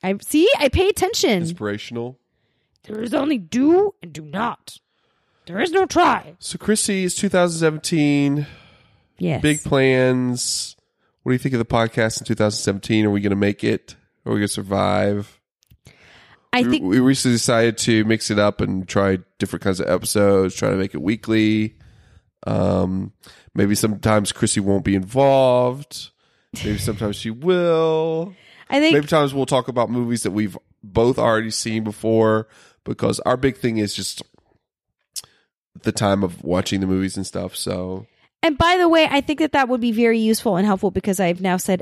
I see. I pay Mm-hmm. attention. Inspirational. There is only do and do not. There is no try. So Chrissy, it's 2017. Yes. Big plans. What do you think of the podcast in 2017? Are we going to make it? Are we going to survive? I we- think we recently decided to mix it up and try different kinds of episodes, try to make it weekly. Um, maybe sometimes Chrissy won't be involved. Maybe sometimes she will. I think Maybe times we'll talk about movies that we've both already seen before because our big thing is just the time of watching the movies and stuff. So And by the way, I think that that would be very useful and helpful because I've now said,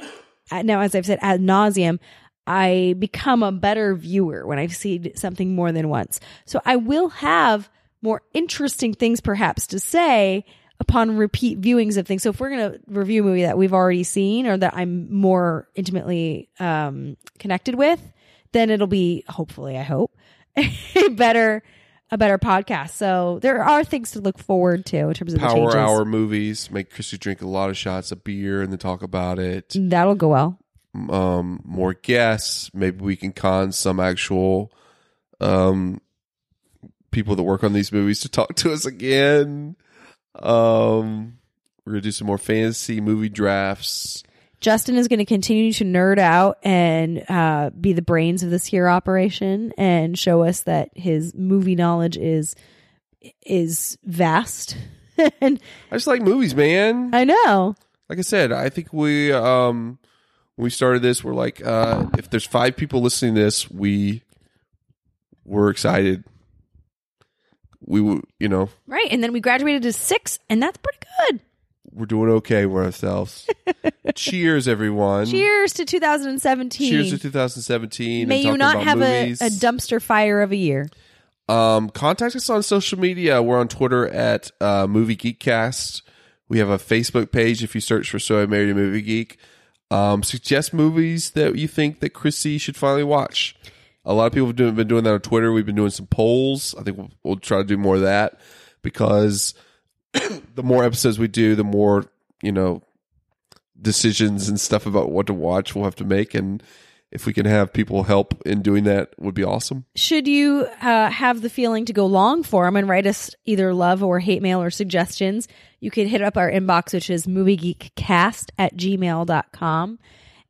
uh, now as I've said ad nauseum, I become a better viewer when I've seen something more than once. So I will have more interesting things perhaps to say upon repeat viewings of things. So if we're going to review a movie that we've already seen or that I'm more intimately um, connected with, then it'll be hopefully, I hope, a better a better podcast. So there are things to look forward to in terms of the power changes. hour movies make Chrissy drink a lot of shots of beer and then talk about it. That'll go well. um, more guests. Maybe we can con some actual um, people that work on these movies to talk to us again. Um, we're gonna do some more fantasy movie drafts. Justin is going to continue to nerd out and uh, be the brains of this here operation and show us that his movie knowledge is is vast. and I just like movies, man. I know Like I said, I think we um, when we started this, we're like, uh, if there's five people listening to this, we we're excited. We w- you know right. And then we graduated to six, and that's pretty good. we're doing okay with ourselves. Cheers, everyone. Cheers to 2017. Cheers to 2017. May and you talking not about have a, movies. a dumpster fire of a year. Um, contact us on social media. We're on Twitter at uh, Movie Geekcast. We have a Facebook page if you search for So I Married a Movie Geek. Um, suggest movies that you think that Chrissy should finally watch. A lot of people have do- been doing that on Twitter. We've been doing some polls. I think we'll, we'll try to do more of that because the more episodes we do, the more you know decisions and stuff about what to watch we'll have to make, and if we can have people help in doing that, would be awesome. Should you uh, have the feeling to go long form and write us either love or hate mail or suggestions, you can hit up our inbox, which is moviegeekcast at gmail.com.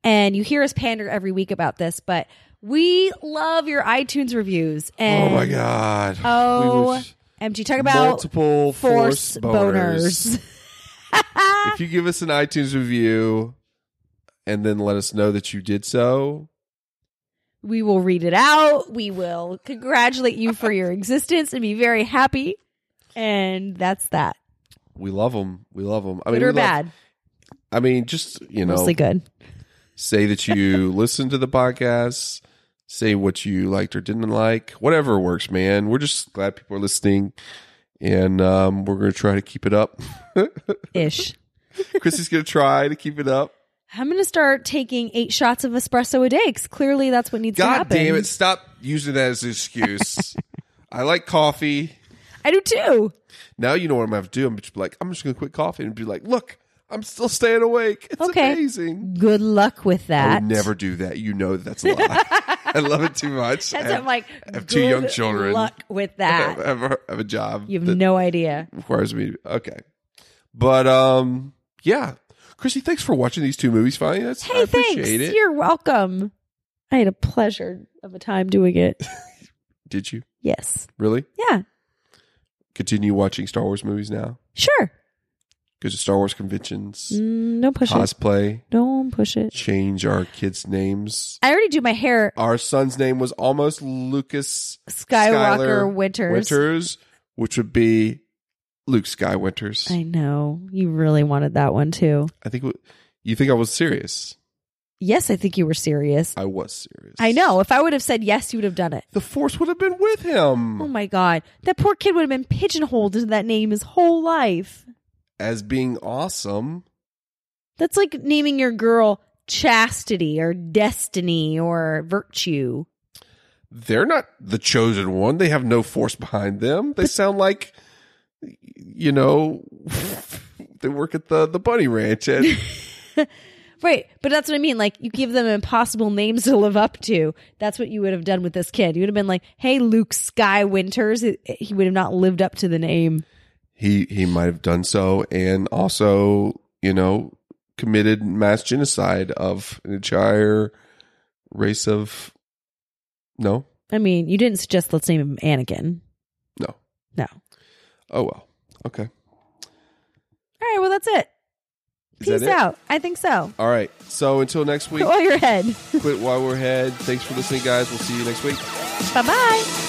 And you hear us pander every week about this, but we love your iTunes reviews. And oh my god! Oh, We was- MG, talk about multiple force force boners. boners. if you give us an iTunes review and then let us know that you did so, we will read it out. We will congratulate you for your existence and be very happy. And that's that. we love them. We love them. I mean, Good or we love- bad, I mean, just you know, mostly good. say that you listen to the podcast, say what you liked or didn't like, whatever works, man. We're just glad people are listening, and um, we're going to try to keep it up. Ish. Chrissy's going to try to keep it up. I'm going to start taking eight shots of espresso a day because clearly that's what needs to God happen. damn it! Stop using that as an excuse. I like coffee. I do too. Now you know what I'm gonna have to do. I'm just like, I'm just gonna quit coffee and be like, look, I'm still staying awake. It's Okay. amazing. Good luck with I that. would never do that. You know that's a lie. I love it too much. I That's have, I'm like, I have two young children. luck with I that. have, I have a- I have a job You have that no idea. requires me. Okay, but um, yeah, Chrissy, thanks for watching these two movies. Finally, that's I Hey, appreciate thanks. it. You're welcome. I had a pleasure of a time doing it. Did you Yes. really Yeah. continue watching Star Wars movies now? Sure. Go to Star Wars conventions, Mm, don't push it. cosplay, Don't push it. change our kids' names. I already do my hair. Our son's name was almost Lucas Skywalker Skylar Winters. Winters, which would be Luke Skywinters. I know. You really wanted that one too. I think w- you think I was serious. Yes, I think you were serious. I was serious. I know. If I would have said yes, you would have done it. The Force would have been with him Oh my god, that poor kid would have been pigeonholed into that name his whole life. as being awesome. That's like naming your girl Chastity or Destiny or Virtue. They're not the chosen one. They have no force behind them. They sound like, you know, they work at the the bunny ranch and Right, but that's what I mean. Like you give them impossible names to live up to. That's what you would have done with this kid. You would have been like, "Hey, Luke Skywinters." It- it- He would have not lived up to the name. he he might have done so and also you know committed mass genocide of an entire race of no I mean, you didn't suggest let's name him Anakin. no No. oh well okay All right, well that's it. Is that Peace it? out. I think so. all right so until next week Oil your head. quit while we're ahead thanks for listening guys we'll see you next week Bye bye.